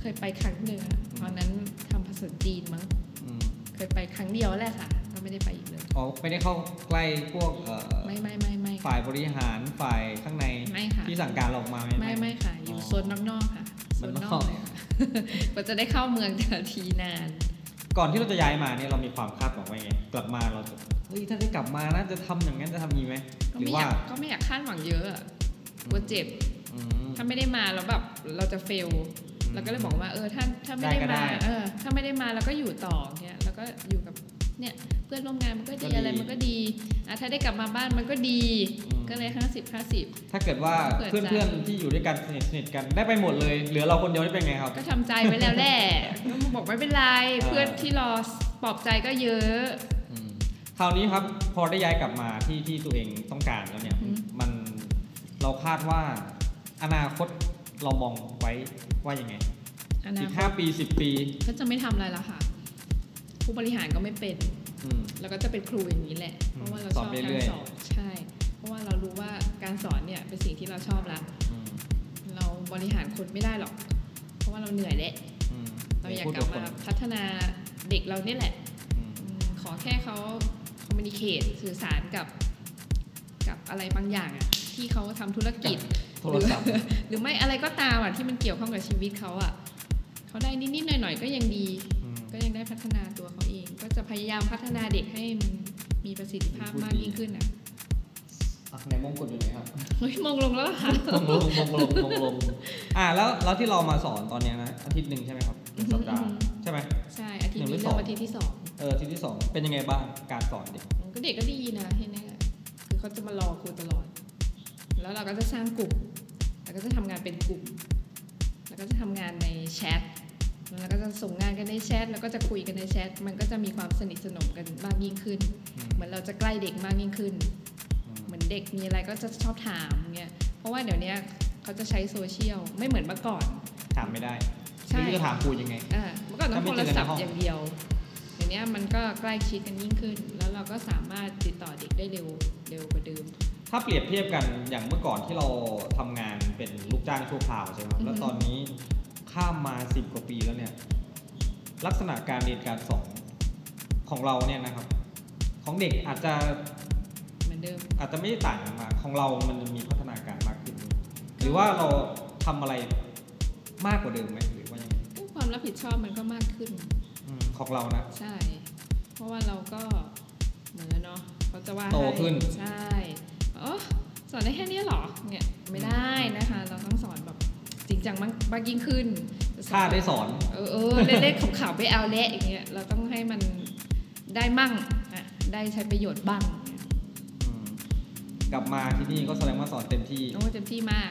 [SPEAKER 2] เคยไปครั้งหนึ่งอะตอนนั้นทำภาษาจีนมั้ง
[SPEAKER 1] อืม
[SPEAKER 2] เคยไปครั้งเดียวแหละค่ะ ก็ไม่ได้ไปอีกเลย
[SPEAKER 1] อ๋อไม่ได้เข้าใกล้พวกเอ่อ
[SPEAKER 2] ไม่ไม่ไม่ไม่ค่ะ
[SPEAKER 1] ฝ่ายบริหารฝ่ายข้างใน
[SPEAKER 2] ไม่ค่ะ
[SPEAKER 1] ที่สั่งการเราออกมาไหม
[SPEAKER 2] ไม่ไม่ค่ะ อยู่
[SPEAKER 1] อ๋อ
[SPEAKER 2] โซนนอกๆค่ะโซนน
[SPEAKER 1] มันน
[SPEAKER 2] อ
[SPEAKER 1] อก ก
[SPEAKER 2] เลยค่ะ กว่าจะได้เข้าเมือง [LAUGHS] แต่ละทีนาน
[SPEAKER 1] ก่อนที่เราจะย้ายมาเนี่ยเรามีความคาดหวังไว้ไงกลับมาเราจะเฮ้ยถ้าได้กลับมาน่าจะทำอย่างนั้นจะทำนี้ไหม
[SPEAKER 2] ก็
[SPEAKER 1] หรือ
[SPEAKER 2] ไม่
[SPEAKER 1] ว่าย
[SPEAKER 2] อากก็ไม่อยากคาดหวังเยอะอะกลัวเจ็บ
[SPEAKER 1] อืม
[SPEAKER 2] ถ้าไม่ได้มาแล้วแบบเราจะเฟลเราก็เลยบอกว่าเออถ้าถ้าไม่
[SPEAKER 1] ได้
[SPEAKER 2] ได้
[SPEAKER 1] ก็ได้
[SPEAKER 2] มาเออถ้าไม่ได้มาเราก็อยู่ต่อเงี้ยแล้วก็อยู่กับเนี่ยเพื่อนร่วมงานมันก็
[SPEAKER 1] ก็ดี
[SPEAKER 2] ดีอะไรมันก็ดีอ่ะถ้าได้กลับมาบ้านมันก็ดี
[SPEAKER 1] อืม
[SPEAKER 2] ก็เลย 50 50
[SPEAKER 1] ถ้าเกิดว่า
[SPEAKER 2] เผื่อใจ
[SPEAKER 1] เพื่อนๆที่อยู่ด้วยกันสนิทสนิทๆกันได้ไปหมดเลย เหลือเราคนเดียวได้เป็นไงครับ
[SPEAKER 2] ก็ทำใจไว้แล้วแหละก็บอกไม่เป็นไร
[SPEAKER 1] เออ
[SPEAKER 2] เพื่อนที่รอปลอบใจก็เยอะ
[SPEAKER 1] อืมคราวนี้ครับพอได้ย้ายกลับมาที่ที่ตัวเองต้องการแล้วเนี่ย
[SPEAKER 2] อืม
[SPEAKER 1] มันเราคาดว่าอนาคตเรามองไว้ว่ายังไง
[SPEAKER 2] อันนั้
[SPEAKER 1] อี
[SPEAKER 2] น
[SPEAKER 1] กห้าปีสิบปี
[SPEAKER 2] ก็จะไม่ทำอะไรแล้วค่ะ ผู้บริหารก็ไม่เป็น
[SPEAKER 1] อืม
[SPEAKER 2] แล้วก็จะเป็นครูอย่างนี้แหละ
[SPEAKER 1] อืม
[SPEAKER 2] เพราะว่า
[SPEAKER 1] ส
[SPEAKER 2] เราช
[SPEAKER 1] อ
[SPEAKER 2] อ
[SPEAKER 1] บบ ไป
[SPEAKER 2] กา
[SPEAKER 1] เรื่อ
[SPEAKER 2] ร
[SPEAKER 1] ย
[SPEAKER 2] สอนใช่ เพราะว่าเรารู้ว่าการสอนเนี่ยเป็นสิ่งที่เราชอบละ
[SPEAKER 1] อืม
[SPEAKER 2] เราบริหารคนไม่ได้หรอก เพราะว่าเราเหนื่อยแหละ
[SPEAKER 1] อืม
[SPEAKER 2] เราอยาก
[SPEAKER 1] พูด
[SPEAKER 2] กลับ
[SPEAKER 1] คน
[SPEAKER 2] มาพัฒนาเด็กเราเนี่ยแหละ
[SPEAKER 1] อืม
[SPEAKER 2] อืมขอแค่เขาคอมมิ n ิเค e สื่อสารกับ กับอะไรบางอย่างอะที่เขาทำธุรกิจ
[SPEAKER 1] โทรศัพท์
[SPEAKER 2] หรือไม่ [LAUGHS] อะไรก็ตามอะที่มันเกี่ยวข้องกับชีวิตเขาอะเขาได้นิดๆหน่อยๆก็ยังดี
[SPEAKER 1] อืม
[SPEAKER 2] ก็ยังได้พัฒนาตัวเขาเอง ก็จะพยายามพัฒนาเด็กให้มันมีประสิทธิภาพมากยิ่งขึ้นอะ
[SPEAKER 1] อ่ะในมงกุฎอยู่ไหนครับ [LAUGHS]
[SPEAKER 2] เฮ้ยมองลงแล้วเหรอค่ะ
[SPEAKER 1] มงลงมงลงมงลงอ่าแล้วแล้วที่เรามาสอนตอนเนี้ยนะอาทิตย์หนึ่งใช่ไหมครับหนึ่งสัปดาห์
[SPEAKER 2] อือหือ
[SPEAKER 1] ใช่ไหม
[SPEAKER 2] ใช่อาทิตย์
[SPEAKER 1] หนึ่งหรื
[SPEAKER 2] นี้
[SPEAKER 1] อส
[SPEAKER 2] เริ่
[SPEAKER 1] อง
[SPEAKER 2] มอาทิตย์ที่สอง
[SPEAKER 1] เอออาทิตย์ที่สองเป็นยังไงบ้างการสอนเด็ก
[SPEAKER 2] ก็เด็กก็ดีนะที่นี่อะคือเขาจะมารอครูตลอด แล้วเราก็จะสร้างกลุ่ม แล้วก็จะทำงานเป็นกลุ่ม แล้วก็จะทำงานในแชท แล้วเราก็จะส่งงานกันในแชท แล้วก็จะคุยกันในแชท มันก็จะมีความสนิทสนมกันมากยิ่งขึ้น
[SPEAKER 1] อืม
[SPEAKER 2] เหมือนเราจะใกล้เด็กมากยิ่งขึ้น
[SPEAKER 1] อืม
[SPEAKER 2] เหมือนเด็กมีอะไรก็จะชอบถามเงี้ย เพราะว่าเดี๋ยวเนี้ยเขาจะใช้โซเชียลไม่เหมือนเมื่อก่อน
[SPEAKER 1] ถามไม่ได้
[SPEAKER 2] ใช่
[SPEAKER 1] ไม่รู้จะถามครูยังไง
[SPEAKER 2] อ่าเมื่อก่อนต้อง
[SPEAKER 1] ถ้าไม่
[SPEAKER 2] โทร
[SPEAKER 1] เจอกันใน
[SPEAKER 2] ศัพท์
[SPEAKER 1] ห้อง
[SPEAKER 2] อย่างเดียวเดี๋ยวนี้มันก็ใกล้ชิดกันยิ่งขึ้น แล้วเราก็สามารถติดต่อเด็กได้เร็วเร็วกว่าเดิม
[SPEAKER 1] ถ้าเปรียบเทียบกันอย่างเมื่อก่อนที่เราทำงานเป็นลูกจ้างชั่วคราวใช่ไหมครับ
[SPEAKER 2] อือฮึ
[SPEAKER 1] แล้วตอนนี้ข้ามมาสิบกว่าปีแล้วเนี่ยลักษณะการเรียนการสอนของเราเนี่ยนะครับ ของเด็กอาจจะ
[SPEAKER 2] เหมือนเดิม
[SPEAKER 1] อาจจะไม่ได้ต่างกันมากของเรามันมีพัฒนาการมากขึ้น หรือว่าเราทำอะไรมากกว่าเดิมไหมหรือว่ายังไง
[SPEAKER 2] ก็ความรับผิดชอบมันก็มากขึ้น
[SPEAKER 1] อืมของเรานะ
[SPEAKER 2] ใช่ เพราะว่าเราก็เหมือนแล้วเนาะเขาจะว่า
[SPEAKER 1] โต
[SPEAKER 2] ให้
[SPEAKER 1] ขึ้น
[SPEAKER 2] ใช่โอ้สอนได้แค่เนี้ยเหรอเนี่ยไม่ได้นะคะ เราต้องสอนแบบจริงจังมากมากยิ่ง
[SPEAKER 1] [LAUGHS]
[SPEAKER 2] ขึ้นจะสอ
[SPEAKER 1] ถ้าน ได้สอน
[SPEAKER 2] เออเออเล่นๆขาวๆไปเอาเละอย่างเงี้ยเราต้องให้มันได้มั่งอ่ะได้ใช้ประโยชน์บ้าง
[SPEAKER 1] อืมกลับมาที่นี่ก็แสดงว่าสอนเต็มที่
[SPEAKER 2] โอ้เต็มที่มาก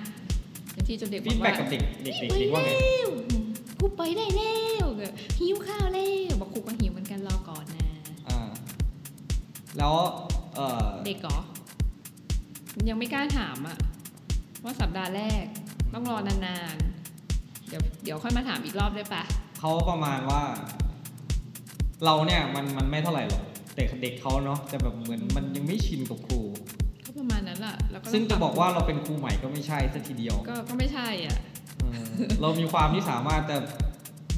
[SPEAKER 2] เต็มที่จนเด็กบ
[SPEAKER 1] ฟี
[SPEAKER 2] อก
[SPEAKER 1] ดแบ็
[SPEAKER 2] ว่า
[SPEAKER 1] กับเด็กเด็กๆเด็กๆว่าไง
[SPEAKER 2] กูไปได้แล้ว
[SPEAKER 1] แล้วเอ่อ
[SPEAKER 2] เด็กเหรอ ยังไม่กล้าถามอะว่าสัปดาห์แรกต้องรอนานๆ เดี๋ยวเดี๋ยวค่อยมาถามอีกรอบได้ปะ
[SPEAKER 1] เขาประมาณว่า เราเนี่ยมันมันไม่เท่าไหร่หรอกแต่เด็กเขาเนาะจะแบบเหมือนมันยังไม่ชินกับครู
[SPEAKER 2] ก็ประมาณนั้นแหละแล้วก็
[SPEAKER 1] ซึ่งจะบอกว่าเราเป็นครูใหม่ก็ไม่ใช่ซะทีเดียว
[SPEAKER 2] ก็ก็ไม่ใช่อ่ะ
[SPEAKER 1] เออเรามีความที่สามารถจะ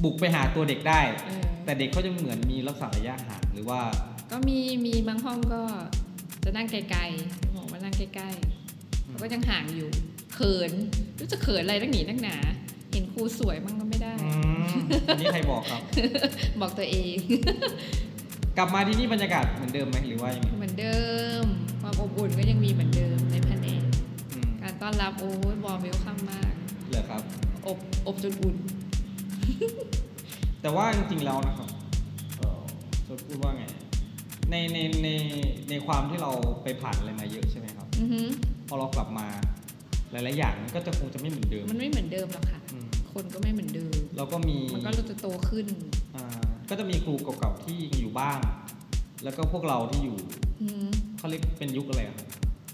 [SPEAKER 1] บุกไปหาตัวเด็กได้
[SPEAKER 2] เออ
[SPEAKER 1] แต่เด็กเขาจะเหมือนมีรักษาระยะห่างหรือว่า
[SPEAKER 2] ก็มีมีบางห้องก็จะนั่งไกลๆบอกว่านั่งใกล้ๆเขาก็ยังห่างอยู่ เขินรู้จะเขินอะไรนักหนีนักหนา เห็นครูสวยมั่งก็ไม่ได้
[SPEAKER 1] อืมอันนี้ใครบอกครับ
[SPEAKER 2] บอกตัวเอง
[SPEAKER 1] กลับมาที่นี่บรรยากาศเหมือนเดิมไหมหรือว่ายังไง
[SPEAKER 2] เหมือนเดิม ความอบอุ่นก็ยังมีเหมือนเดิมในแผนก
[SPEAKER 1] อืม
[SPEAKER 2] การต้อนรับโอ้ยวอร์มเวลคัมมาก
[SPEAKER 1] เหรอครับ
[SPEAKER 2] อบอบจนอุ่น
[SPEAKER 1] แต่ว่าจริงๆแล้วนะครับเอ่อจะพูดว่าไง ในในในในความที่เราไปผ่านอะไรมาเยอะใช่ไหมครับ
[SPEAKER 2] อือหือ
[SPEAKER 1] พอเรากลับมา หลายๆอย่างมันก็จะคงจะไม่เหมือนเดิม
[SPEAKER 2] มันไม่เหมือนเดิมหรอกค่ะ
[SPEAKER 1] อืม
[SPEAKER 2] คนก็ไม่เหมือนเดิม
[SPEAKER 1] เราก็มี
[SPEAKER 2] มันก็จะโตขึ้น
[SPEAKER 1] อ่าก็จะมีครูเก่าๆที่ยังอยู่บ้าง แล้วก็พวกเราที่อยู่
[SPEAKER 2] อือหือ
[SPEAKER 1] เขาเรียกเป็นยุคอะไรอะครับ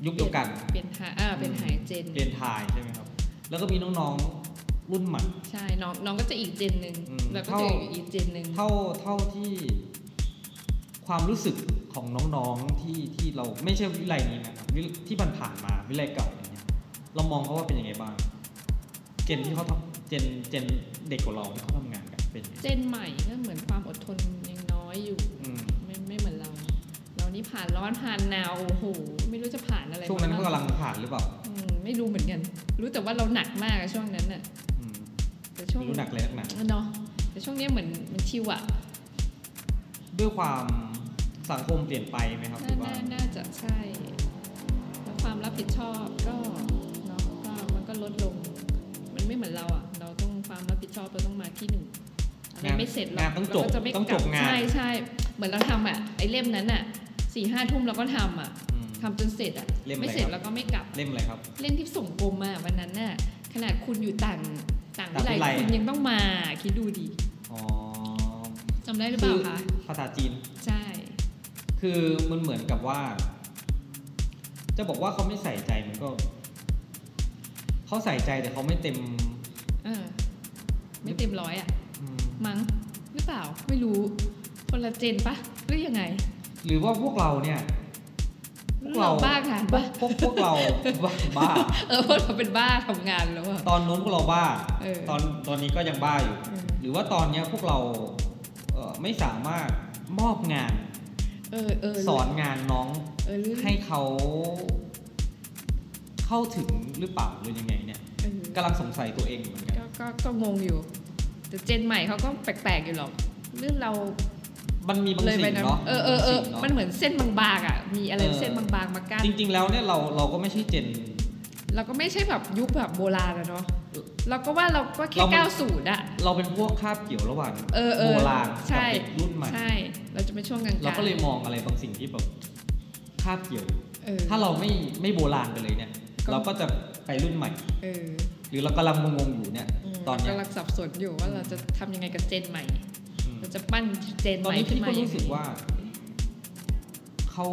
[SPEAKER 1] ยุคเดียวกัน
[SPEAKER 2] เปลี่ยนหาอ่าเป็น
[SPEAKER 1] อืม
[SPEAKER 2] หายเจน
[SPEAKER 1] เจนทายใช่ไหมครับ แล้วก็มีน้องๆรุ่นใหม่
[SPEAKER 2] ใช่น้องน้องก็จะอีกเจนหนึ่ง
[SPEAKER 1] อืม
[SPEAKER 2] แล้วก็
[SPEAKER 1] เท่า
[SPEAKER 2] จะอยู่อีกเจนหนึ่ง
[SPEAKER 1] เท่าเท่าที่ความรู้สึกของน้องๆที่ที่เราไม่ใช่วิไลนี้นะครับวิที่มันผ่านมาวิไลเก่าอย่างเงี้ยเรามองเขาว่าเป็นยังไงบ้าง เจนที่เขาทำเจนเจนเด็กกว่าเราที่เขาทำงานกันเป็นยังไง
[SPEAKER 2] เจนใหม่ก็เหมือนความอดทนยังน้อยอยู่
[SPEAKER 1] อืม
[SPEAKER 2] ไม่ไม่เหมือนเรา เรานี่ผ่านร้อนผ่านหนาวโอ้โหไม่รู้จะผ่านอะไร
[SPEAKER 1] ช่วงนั้น
[SPEAKER 2] มาบ้าก
[SPEAKER 1] ก็ำลังผ่านหรือเปล่า
[SPEAKER 2] อืมไม่รู้เหมือนกัน รู้แต่ว่าเราหนักมากอะช่วงนั้นน่ะ
[SPEAKER 1] อืม
[SPEAKER 2] แต่ช่วง
[SPEAKER 1] ไม่รู้หนักเลยนักหนา
[SPEAKER 2] เนาะแต่ช่วงเนี้ยเหมือนมันชิวอะ
[SPEAKER 1] ด้วยความสังคมเปลี่ยนไปไหมครับห
[SPEAKER 2] น่า
[SPEAKER 1] รือว่า
[SPEAKER 2] น่าน่าจะใช่แล้วความรับผิดชอบก็เนาะก็มันก็ลดลง มันไม่เหมือนเราอะเราต้องความรับผิดชอบเราต้องมาที่หนึ่งอะไรไม่เสร็จหรอก
[SPEAKER 1] งานต้องจบ
[SPEAKER 2] เราก็จะไม่
[SPEAKER 1] ต้อง
[SPEAKER 2] ก
[SPEAKER 1] จ
[SPEAKER 2] ลับบ
[SPEAKER 1] งาน
[SPEAKER 2] ใช่ใช่เหมือนเราทำอะไอเล่มนั้นอะสี่ห้าทุ่มเราก็ทำอะ
[SPEAKER 1] อืม
[SPEAKER 2] ทำจนเสร็จอะ
[SPEAKER 1] เล่มอะไร
[SPEAKER 2] ไม่เสร็
[SPEAKER 1] ค
[SPEAKER 2] จ
[SPEAKER 1] รับ
[SPEAKER 2] เราก็ไม่กลับ
[SPEAKER 1] เล่มอะไรครับ
[SPEAKER 2] เล่นที่ส่งกลมอะวันนั้นน่ะขนาดคุณอยู่ต่างต่าง
[SPEAKER 1] ต่างวิ
[SPEAKER 2] วิ
[SPEAKER 1] ไล
[SPEAKER 2] ไลคุณยังต้องมาคิดดูดิ
[SPEAKER 1] อ๋อ
[SPEAKER 2] จำได้หรือเปล่าคะ
[SPEAKER 1] ภาษาจีน
[SPEAKER 2] ใช่
[SPEAKER 1] คือมันเหมือนกับว่า จะบอกว่าเขาไม่ใส่ใจมันก็เขาใส่ใจแต่เขาไม่เต็ม
[SPEAKER 2] เออไม่เต็มร้อยอะ
[SPEAKER 1] อืม
[SPEAKER 2] มั้งหรือเปล่าไม่รู้คนละเจนปะหรือยังไง
[SPEAKER 1] หรือว่าพวกเราเนี่ย
[SPEAKER 2] หรือเราบ้าทานปะ
[SPEAKER 1] พวกพวกเราบ้าบ้า
[SPEAKER 2] เออพวกเราเป็นบ้าทำงานแล้วอะ
[SPEAKER 1] ตอนนู้นพวกเราบ้า
[SPEAKER 2] เออ
[SPEAKER 1] ตอนตอนนี้ก็ยังบ้าอยู่
[SPEAKER 2] เออ
[SPEAKER 1] หรือว่าตอนเนี้ยพวกเราเอ่อไม่สามารถมอบงาน
[SPEAKER 2] เออเออ
[SPEAKER 1] สอนงานน้อง
[SPEAKER 2] เออหรือ
[SPEAKER 1] ให้เขาเข้าถึงหรือเปล่าหรือยังไงเนี่ย
[SPEAKER 2] เออก
[SPEAKER 1] ำลังสงสัยตัวเองอยู่เหมือนกัน
[SPEAKER 2] ก็ก็ก็งงอยู่ แต่เจนใหม่เขาก็แปลกๆอยู่หรอกเรื่องเรา
[SPEAKER 1] มันมีบาง
[SPEAKER 2] เลยไป
[SPEAKER 1] สิ่ง
[SPEAKER 2] นะ
[SPEAKER 1] เนาะ
[SPEAKER 2] เออเออเออ
[SPEAKER 1] มีบางสิ่ง
[SPEAKER 2] มัน
[SPEAKER 1] เนาะ
[SPEAKER 2] เหมือนเส้นบางๆอ่ะมีอะไร
[SPEAKER 1] เออ
[SPEAKER 2] เส้นบางๆมากั้น
[SPEAKER 1] จริง ๆ แล้วเนี่ยเราเราก็ไม่ใช่เจน
[SPEAKER 2] เราก็ไม่ใช่แบบยุคแบบโบราณอะเนาะเราก็ว่าเราก็แค่
[SPEAKER 1] เรามัน
[SPEAKER 2] ก้าวสูตรอะ
[SPEAKER 1] เราเป็นพวกคาบเกี่ยวระหว่าง
[SPEAKER 2] เออเออ
[SPEAKER 1] โบราณกับ
[SPEAKER 2] ใช่
[SPEAKER 1] เด็กรุ่นใหม่
[SPEAKER 2] ใช่ เราจะเป็นช่วงกลางๆ
[SPEAKER 1] เราก็เลยมองอะไรบางสิ่งที่แบบคาบเกี่ยว
[SPEAKER 2] เออ
[SPEAKER 1] ถ้าเราไม่ไม่โบราณไปเลยเนี่ย
[SPEAKER 2] ก็
[SPEAKER 1] เราก็จะไปรุ่นใหม่
[SPEAKER 2] เออ
[SPEAKER 1] หรือเรากำลังงงๆอยู่เนี่ย
[SPEAKER 2] ม
[SPEAKER 1] ตอนเนี้ย
[SPEAKER 2] กำลังสับสนอยู่ว่าเราจะทำยังไงกับเจนใหม่
[SPEAKER 1] อืม
[SPEAKER 2] เราจะปั้นเจน
[SPEAKER 1] ตอน
[SPEAKER 2] ใหม่
[SPEAKER 1] นี้
[SPEAKER 2] ขึ้
[SPEAKER 1] พี่
[SPEAKER 2] นมา
[SPEAKER 1] ก็
[SPEAKER 2] ยั
[SPEAKER 1] รู้
[SPEAKER 2] งไง
[SPEAKER 1] สึกว่าเขา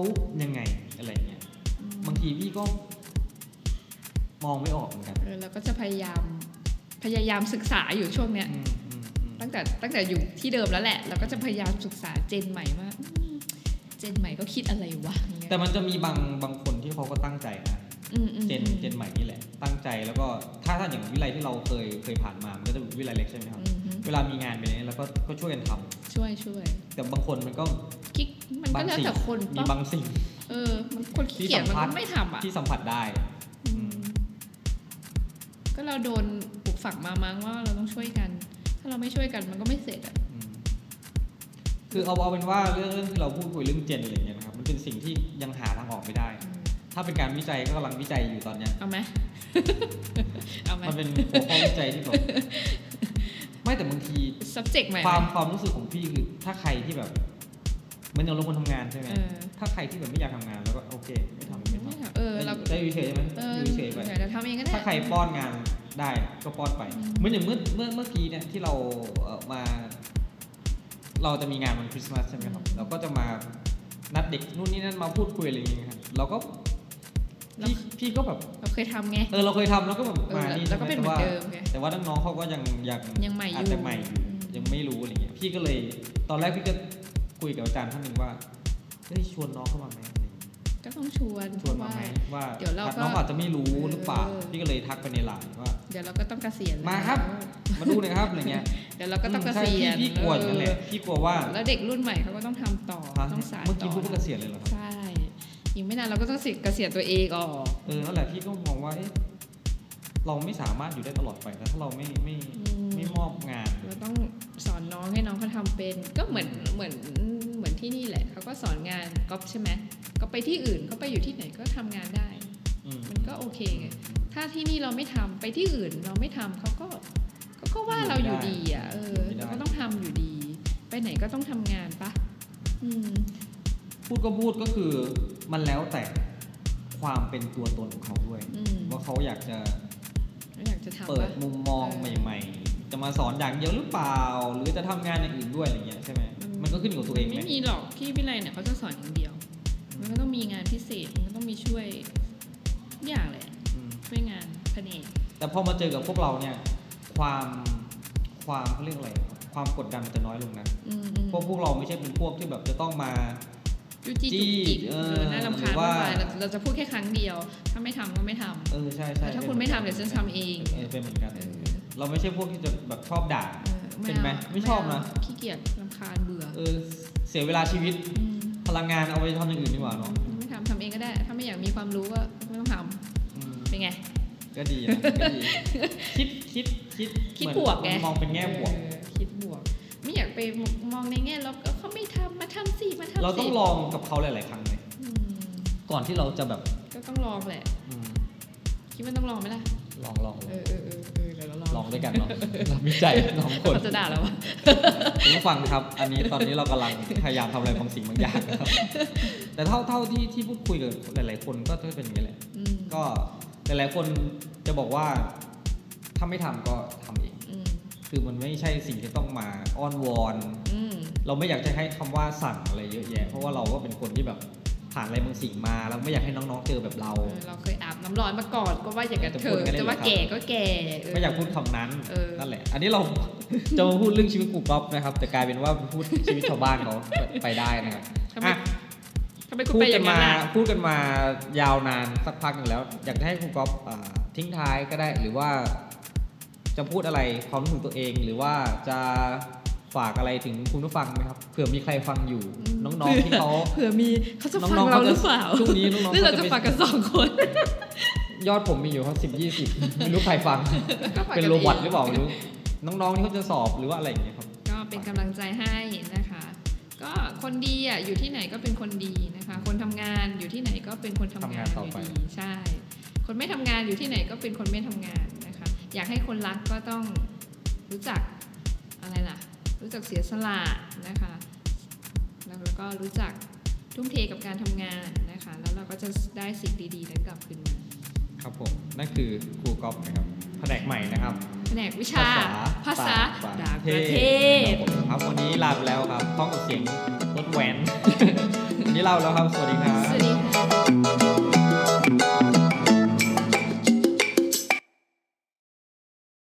[SPEAKER 1] ยังไงอะไรเงี้ย
[SPEAKER 2] อืม
[SPEAKER 1] บางทีพี่ก็มองไม่ออกเหมือนกัน
[SPEAKER 2] เออเราก็จะพยายามพยายามศึกษาอยู่ช่วงเนี้ย
[SPEAKER 1] อืมอืมอืม
[SPEAKER 2] ตั้งแต่ตั้งแต่อยู่ที่เดิมแล้วแหละ เราก็จะพยายามศึกษาเจนใหม่ว่าอืมเจนใหม่ก็คิดอะไรวะอย่างเงี้ย
[SPEAKER 1] แต่มันจะมีบางบางคนที่เขาก็ตั้งใจนะ
[SPEAKER 2] อืมอืม
[SPEAKER 1] เจนเจนใหม่นี่แหละ ตั้งใจแล้วก็ถ้าถ้าอย่างวิไลที่เราเคยเคยผ่านมา มันก็จะเป็นวิไลเล็กใช่ไหมครับ
[SPEAKER 2] อืมฮึ
[SPEAKER 1] เวลามีงานไปเนี่ยเราก็ก็ช่วยกันทำ
[SPEAKER 2] ช่วยช่วย
[SPEAKER 1] แต่บางคนมันก็
[SPEAKER 2] คิกมัน
[SPEAKER 1] บา
[SPEAKER 2] ก็
[SPEAKER 1] ง
[SPEAKER 2] แล้ว
[SPEAKER 1] สิ่ง
[SPEAKER 2] แต่คน
[SPEAKER 1] มี
[SPEAKER 2] ปะ
[SPEAKER 1] บางสิ่ง
[SPEAKER 2] เออ มันคนขี้เกียจ
[SPEAKER 1] ที่
[SPEAKER 2] มัน
[SPEAKER 1] สำคัญ
[SPEAKER 2] ก็ไม่ทำอ่ะ
[SPEAKER 1] ที่สัมผัสได้
[SPEAKER 2] อืมก็เราโดนปลูกฝังมามั้งว่าเราต้องช่วยกัน ถ้าเราไม่ช่วยกันมันก็ไม่เสร็จอ่ะ
[SPEAKER 1] อืมคือเอาเอาเป็นว่าเรื่องเรื่องที่เราพูดคุยเรื่องเจนอะไรเงี้ยนะครับมันเป็นสิ่งที่ยังหาทางออกไม่ได้ ถ้าเป็นการวิจัยก็กำลังวิจัยอยู่ตอนเนี้ย
[SPEAKER 2] เอาไหม เอาไหม
[SPEAKER 1] มันเป็นหัวข้อวิจัยที่
[SPEAKER 2] [LAUGHS]
[SPEAKER 1] แบบ ไม่แต่บางที
[SPEAKER 2] subject ใหม่ไห
[SPEAKER 1] ความความรู้สึกของพี่คือ ถ้าใครที่แบบเหมันอย่างเราคนทำงานใช่ไหม
[SPEAKER 2] เออ
[SPEAKER 1] ถ้าใครที่แบบไม่อยากทำงานแล้วก็โอเค ไม่ทำไม่ท
[SPEAKER 2] เออ เรา
[SPEAKER 1] ำได้อยู่เฉยๆใช่ไหม
[SPEAKER 2] เออ
[SPEAKER 1] อยู่เฉยๆไป
[SPEAKER 2] เดี๋ยวเราทำเองก็ได้
[SPEAKER 1] ถ้าใครป้อนงานได้ก็ป้อนไป
[SPEAKER 2] อืม
[SPEAKER 1] เหมือนอย่างเมื่อเมื่อเมื่อกี้เนี่ยที่เราเอ่อมา เราจะมีงานวันคริสต์มาสใช่ไหมครับเราก็จะมา นัดเด็กนู่นนี่นั่นมาพูดคุยอะไรอย่างเงี้ยครับเราก็พี่พี่ก็แบบ
[SPEAKER 2] เราเคยทำไง
[SPEAKER 1] เออเราเคยทำแล้วก็แบบ
[SPEAKER 2] เออ
[SPEAKER 1] มา
[SPEAKER 2] แล้ว
[SPEAKER 1] นี่
[SPEAKER 2] แล้วก็เป็นเหมือนเดิมไง
[SPEAKER 1] แต่ว่าน้องๆเขาก็ยังยัง
[SPEAKER 2] ยังใหม่อยู่
[SPEAKER 1] อาจจะใหม่อยู่
[SPEAKER 2] อืม
[SPEAKER 1] ยังไม่รู้อะไรเงี้ยพี่ก็เลย ตอนแรกพี่ก็คุยกับอาจารย์ท่านหนึ่งว่าเฮ้ยชวนน้องเข้ามาไหมอะไรเงี้ย
[SPEAKER 2] ก็ต้องชวน
[SPEAKER 1] ชวน
[SPEAKER 2] เพ
[SPEAKER 1] มา
[SPEAKER 2] ราะ
[SPEAKER 1] ไหม
[SPEAKER 2] ว่า
[SPEAKER 1] ว่า
[SPEAKER 2] เดี๋ยวเราก็
[SPEAKER 1] น้องอาจจะไม่รู้หรือเปล่า
[SPEAKER 2] เออ
[SPEAKER 1] พี่ก็เลยทักไปในไลน์ว่า
[SPEAKER 2] เดี๋ยวเราก็ต้องเกษียณแล้ว
[SPEAKER 1] มาครับ มาดูหน่อยครับอะไรเงี้ย
[SPEAKER 2] เดี๋ยวเราก็ต้องเก
[SPEAKER 1] ใช่
[SPEAKER 2] ษีย
[SPEAKER 1] พี่
[SPEAKER 2] ณ
[SPEAKER 1] พี่กลัวอย่างนั่นแหละ
[SPEAKER 2] เอ
[SPEAKER 1] พี่กลัวว่า
[SPEAKER 2] อแล้วเด็กรุ่นใหม่เขาก็ต้องทำต่อ
[SPEAKER 1] ฮะ
[SPEAKER 2] ต้องสาน
[SPEAKER 1] เมื่อ
[SPEAKER 2] ต่
[SPEAKER 1] กี้
[SPEAKER 2] อ
[SPEAKER 1] พูดว่าเกษียณเลยเหรอครับ
[SPEAKER 2] ใช่อีกไม่นานเราก็ต้องสิเกษียณตัวเองออก
[SPEAKER 1] เออนั่นแหละพี่ก็มองว่าเอ๊ะเราไม่สามารถอยู่ได้ตลอดไปนะถ้าเราไม่ไม่
[SPEAKER 2] อืม
[SPEAKER 1] ไม่มอบงาน
[SPEAKER 2] เราต้องสอนน้องให้น้องเขาทำเป็น ก็เหมือนเหมือนเหมือนที่นี่แหละเขาก็สอนงานก๊อฟใช่ไหมก็ไปที่อื่นเขาไปอยู่ที่ไหนก็ทำงานได้
[SPEAKER 1] อื
[SPEAKER 2] มันก็โอเคไง ถ้าที่นี่เราไม่ทำไปที่อื่นเราไม่ทำเขาก็เขาก็ว่าเราอยู่ดีอ่ะเออเราก็ต้องทำอยู่ดี ไปไหนก็ต้องทำงานปะอืม
[SPEAKER 1] พูดก็พูดก็คือมันแล้วแต่ความเป็นตัวตนของเขาด้วย
[SPEAKER 2] อืม
[SPEAKER 1] ว่าเขาอยากจะ
[SPEAKER 2] แล้วอยากจะทำ
[SPEAKER 1] เปิด
[SPEAKER 2] ปะ
[SPEAKER 1] มุมมอง
[SPEAKER 2] เออ
[SPEAKER 1] ใหม่ ๆ จะมาสอนอย่างเดียวหรือเปล่า หรือจะทำงานอย่างอื่นด้วยอะไรเงี้ยใช่ไหม
[SPEAKER 2] อืม
[SPEAKER 1] มันก็ขึ้นอยู่กับตัวเองไหม
[SPEAKER 2] ไม่มีหรอกพี่วิไลเนี่ยเขาจะสอนอย่างเดียว มันก็ต้องมีงานพิเศษมันก็ต้องมีช่วยทุกอย่างแหละ
[SPEAKER 1] อืม
[SPEAKER 2] ช่วยงานแผนก
[SPEAKER 1] แต่พอมาเจอกับพวกเราเนี่ย ความความเขาเรียกอะไร ความกดดันมันจะน้อยลงนะ
[SPEAKER 2] อืมอืม
[SPEAKER 1] พวกพวกเราไม่ใช่เป็นพวกที่แบบจะต้องมา
[SPEAKER 2] จุกจี้จุก
[SPEAKER 1] จี้
[SPEAKER 2] จิก
[SPEAKER 1] เอ
[SPEAKER 2] เอ
[SPEAKER 1] อ
[SPEAKER 2] อน่ารำคา
[SPEAKER 1] ห
[SPEAKER 2] ญ
[SPEAKER 1] รือ
[SPEAKER 2] มา
[SPEAKER 1] ว่า
[SPEAKER 2] กมายเราเราจะพูดแค่ครั้งเดียว ถ้าไม่ทำก็ไม่ทำ
[SPEAKER 1] เออใช่ใช่
[SPEAKER 2] ถ้าคุณไม่ทำเดี๋ยวฉันทำเอง
[SPEAKER 1] เออเป็นเหมือนกัน
[SPEAKER 2] เออ
[SPEAKER 1] เราไม่ใช่พวกที่จะแบบชอบด่า
[SPEAKER 2] เออ
[SPEAKER 1] เป็
[SPEAKER 2] ไม่
[SPEAKER 1] นไหม
[SPEAKER 2] เอา
[SPEAKER 1] ไม่ชอบนะ
[SPEAKER 2] เาขี้เกียจรำคาญเบื่อ
[SPEAKER 1] เออเสียเวลาชีวิต
[SPEAKER 2] อืม
[SPEAKER 1] พลังงานเอาไปทำอย่างอื่นดีกว่าเนาะ
[SPEAKER 2] ไม่ทำทำเองก็ได้ ถ้าไม่อยากมีความรู้ก็ไม่ต้องท
[SPEAKER 1] อืม
[SPEAKER 2] ำเป็นไง
[SPEAKER 1] ก็ดีนะก็ดี คิดคิดคิด
[SPEAKER 2] คิด
[SPEAKER 1] เหมือน
[SPEAKER 2] บวกไง
[SPEAKER 1] มองเป็นแง่บวก
[SPEAKER 2] เออคิดบวก ไม่อยากไปมองในแง่ลบเออเขาไม่ทำมาทำสิมาทำสิ
[SPEAKER 1] เราต้องลองกับเขาหลาย ๆ ครั้งเลย
[SPEAKER 2] อืม
[SPEAKER 1] ก่อนที่เราจะแบบ
[SPEAKER 2] ก็ต้องลองแหละ
[SPEAKER 1] อืม
[SPEAKER 2] คิดว่าต้องลองไหมล่ะ
[SPEAKER 1] ลองลอง
[SPEAKER 2] เออเออเออเออเดี๋ยวเราลอง
[SPEAKER 1] ลองด้วยกัน [LAUGHS] เนาะเราวิจัยลองคน
[SPEAKER 2] เขาจะด่าเราวะ
[SPEAKER 1] คุณผู้ฟังครับ อันนี้ตอนนี้เรากำลังพยายามทำอะไรบางสิ่งบางอย่างนะครับแต่เท่าเท่าที่ที่พูดคุยกับหลาย ๆ คนก็จะเป็นอย่างนี้แหละ
[SPEAKER 2] อืม
[SPEAKER 1] ก็หลาย ๆ คนจะบอกว่าถ้าไม่ทำก็ทำเอง
[SPEAKER 2] อืม
[SPEAKER 1] คือมันไม่ใช่สิ่งที่ต้องมาอ้อนวอน
[SPEAKER 2] อืม
[SPEAKER 1] เราไม่อยากจะให้คำว่าสั่งอะไรเยอะแยะ เพราะว่าเราก็เป็นคนที่แบบผ่านอะไรบางสิ่งมา แล้วไม่อยากให้น้องๆเจอแบบเรา
[SPEAKER 2] เออเราเคยอาบน้ำร้อนมาก่อนก็ว่าอย่างนั้นเถ
[SPEAKER 1] จะพูดกัน
[SPEAKER 2] อะ
[SPEAKER 1] ได้
[SPEAKER 2] จะว่า
[SPEAKER 1] เลยครับ
[SPEAKER 2] แก่ก็แก่เ
[SPEAKER 1] ไม่อยากพูดคำนั้น
[SPEAKER 2] เออ
[SPEAKER 1] นั่นแหละ อันนี้เรา จะมาพูดเรื่องชีวิตกูก๊อฟนะครับ แต่กลายเป็นว่าพูดชีวิตชาวบ้านเขาไปได้นะครับ
[SPEAKER 2] ทำไม
[SPEAKER 1] อ่ะ
[SPEAKER 2] ทำไมคุณ
[SPEAKER 1] พูด
[SPEAKER 2] ไปอ
[SPEAKER 1] กั
[SPEAKER 2] ย่านงนั้
[SPEAKER 1] มาน
[SPEAKER 2] อะ
[SPEAKER 1] พูดกันมายาวนานสักพักหนึ่งแล้ว อยากจะให้ครูก๊อฟอ่าทิ้งท้ายก็ได้ หรือว่า จะพูดอะไรความรู้สึกตัวเอง หรือว่าจะฝากอะไรถึงคุณผู้ฟังไหมครับเผื่อมีใครฟังอยู่น้องๆที่
[SPEAKER 2] [LAUGHS]
[SPEAKER 1] เขา
[SPEAKER 2] เผื่อมีเขาจะฟั
[SPEAKER 1] น้อง งๆ
[SPEAKER 2] เรา
[SPEAKER 1] เขาจะ
[SPEAKER 2] หรือเปล่า
[SPEAKER 1] ช่วงนี้น้องๆ
[SPEAKER 2] นี่เรา
[SPEAKER 1] เขาจะ
[SPEAKER 2] จะ
[SPEAKER 1] ไป
[SPEAKER 2] ฟังกันสองคน
[SPEAKER 1] ยอดผมมีอยู่ครับสิบยี่
[SPEAKER 2] [LAUGHS]
[SPEAKER 1] สิบไม่รู้ใครฟัง เป็นโรบอทหรือเปล่าไม่รู้น้องๆที่เขาจะสอบหรือว่าอะไรอย่างเงี้ยครับ
[SPEAKER 2] ก็เป็นกำลังใจให้นะคะ ก็คนดีอ่ะอยู่ที่ไหนก็เป็นคนดีนะคะ คนทำงานอยู่ที่ไหนก็เป็นคนทำงาง
[SPEAKER 1] ทำานนต่อ
[SPEAKER 2] อยู่
[SPEAKER 1] ไป
[SPEAKER 2] ดีใช่ คนไม่ทำงานอยู่ที่ไหนก็เป็นคนไม่ทำงานนะคะ อยากให้คนรักก็ต้องรู้จักอะไรล่ะ รู้จักเสียสละนะคะแล้วแล้วก็รู้จักทุ่มเทกับการทำงานนะคะ แล้วเราก็จะได้สิ่งดีๆนั้นกลับคืนมา
[SPEAKER 1] ครับผมนั่นคือครูก๊อฟนะครับแผนกใหม่นะครับ
[SPEAKER 2] แผนกวิชาภาษาต่างประเทศ
[SPEAKER 1] ครับ [LAUGHS] วันนี้ลาไปแล้วครับพร้อมกับเสียงรถแหวน วันนี้ลาไปแล้วครับ สวัสดีครับ
[SPEAKER 2] สวัสดี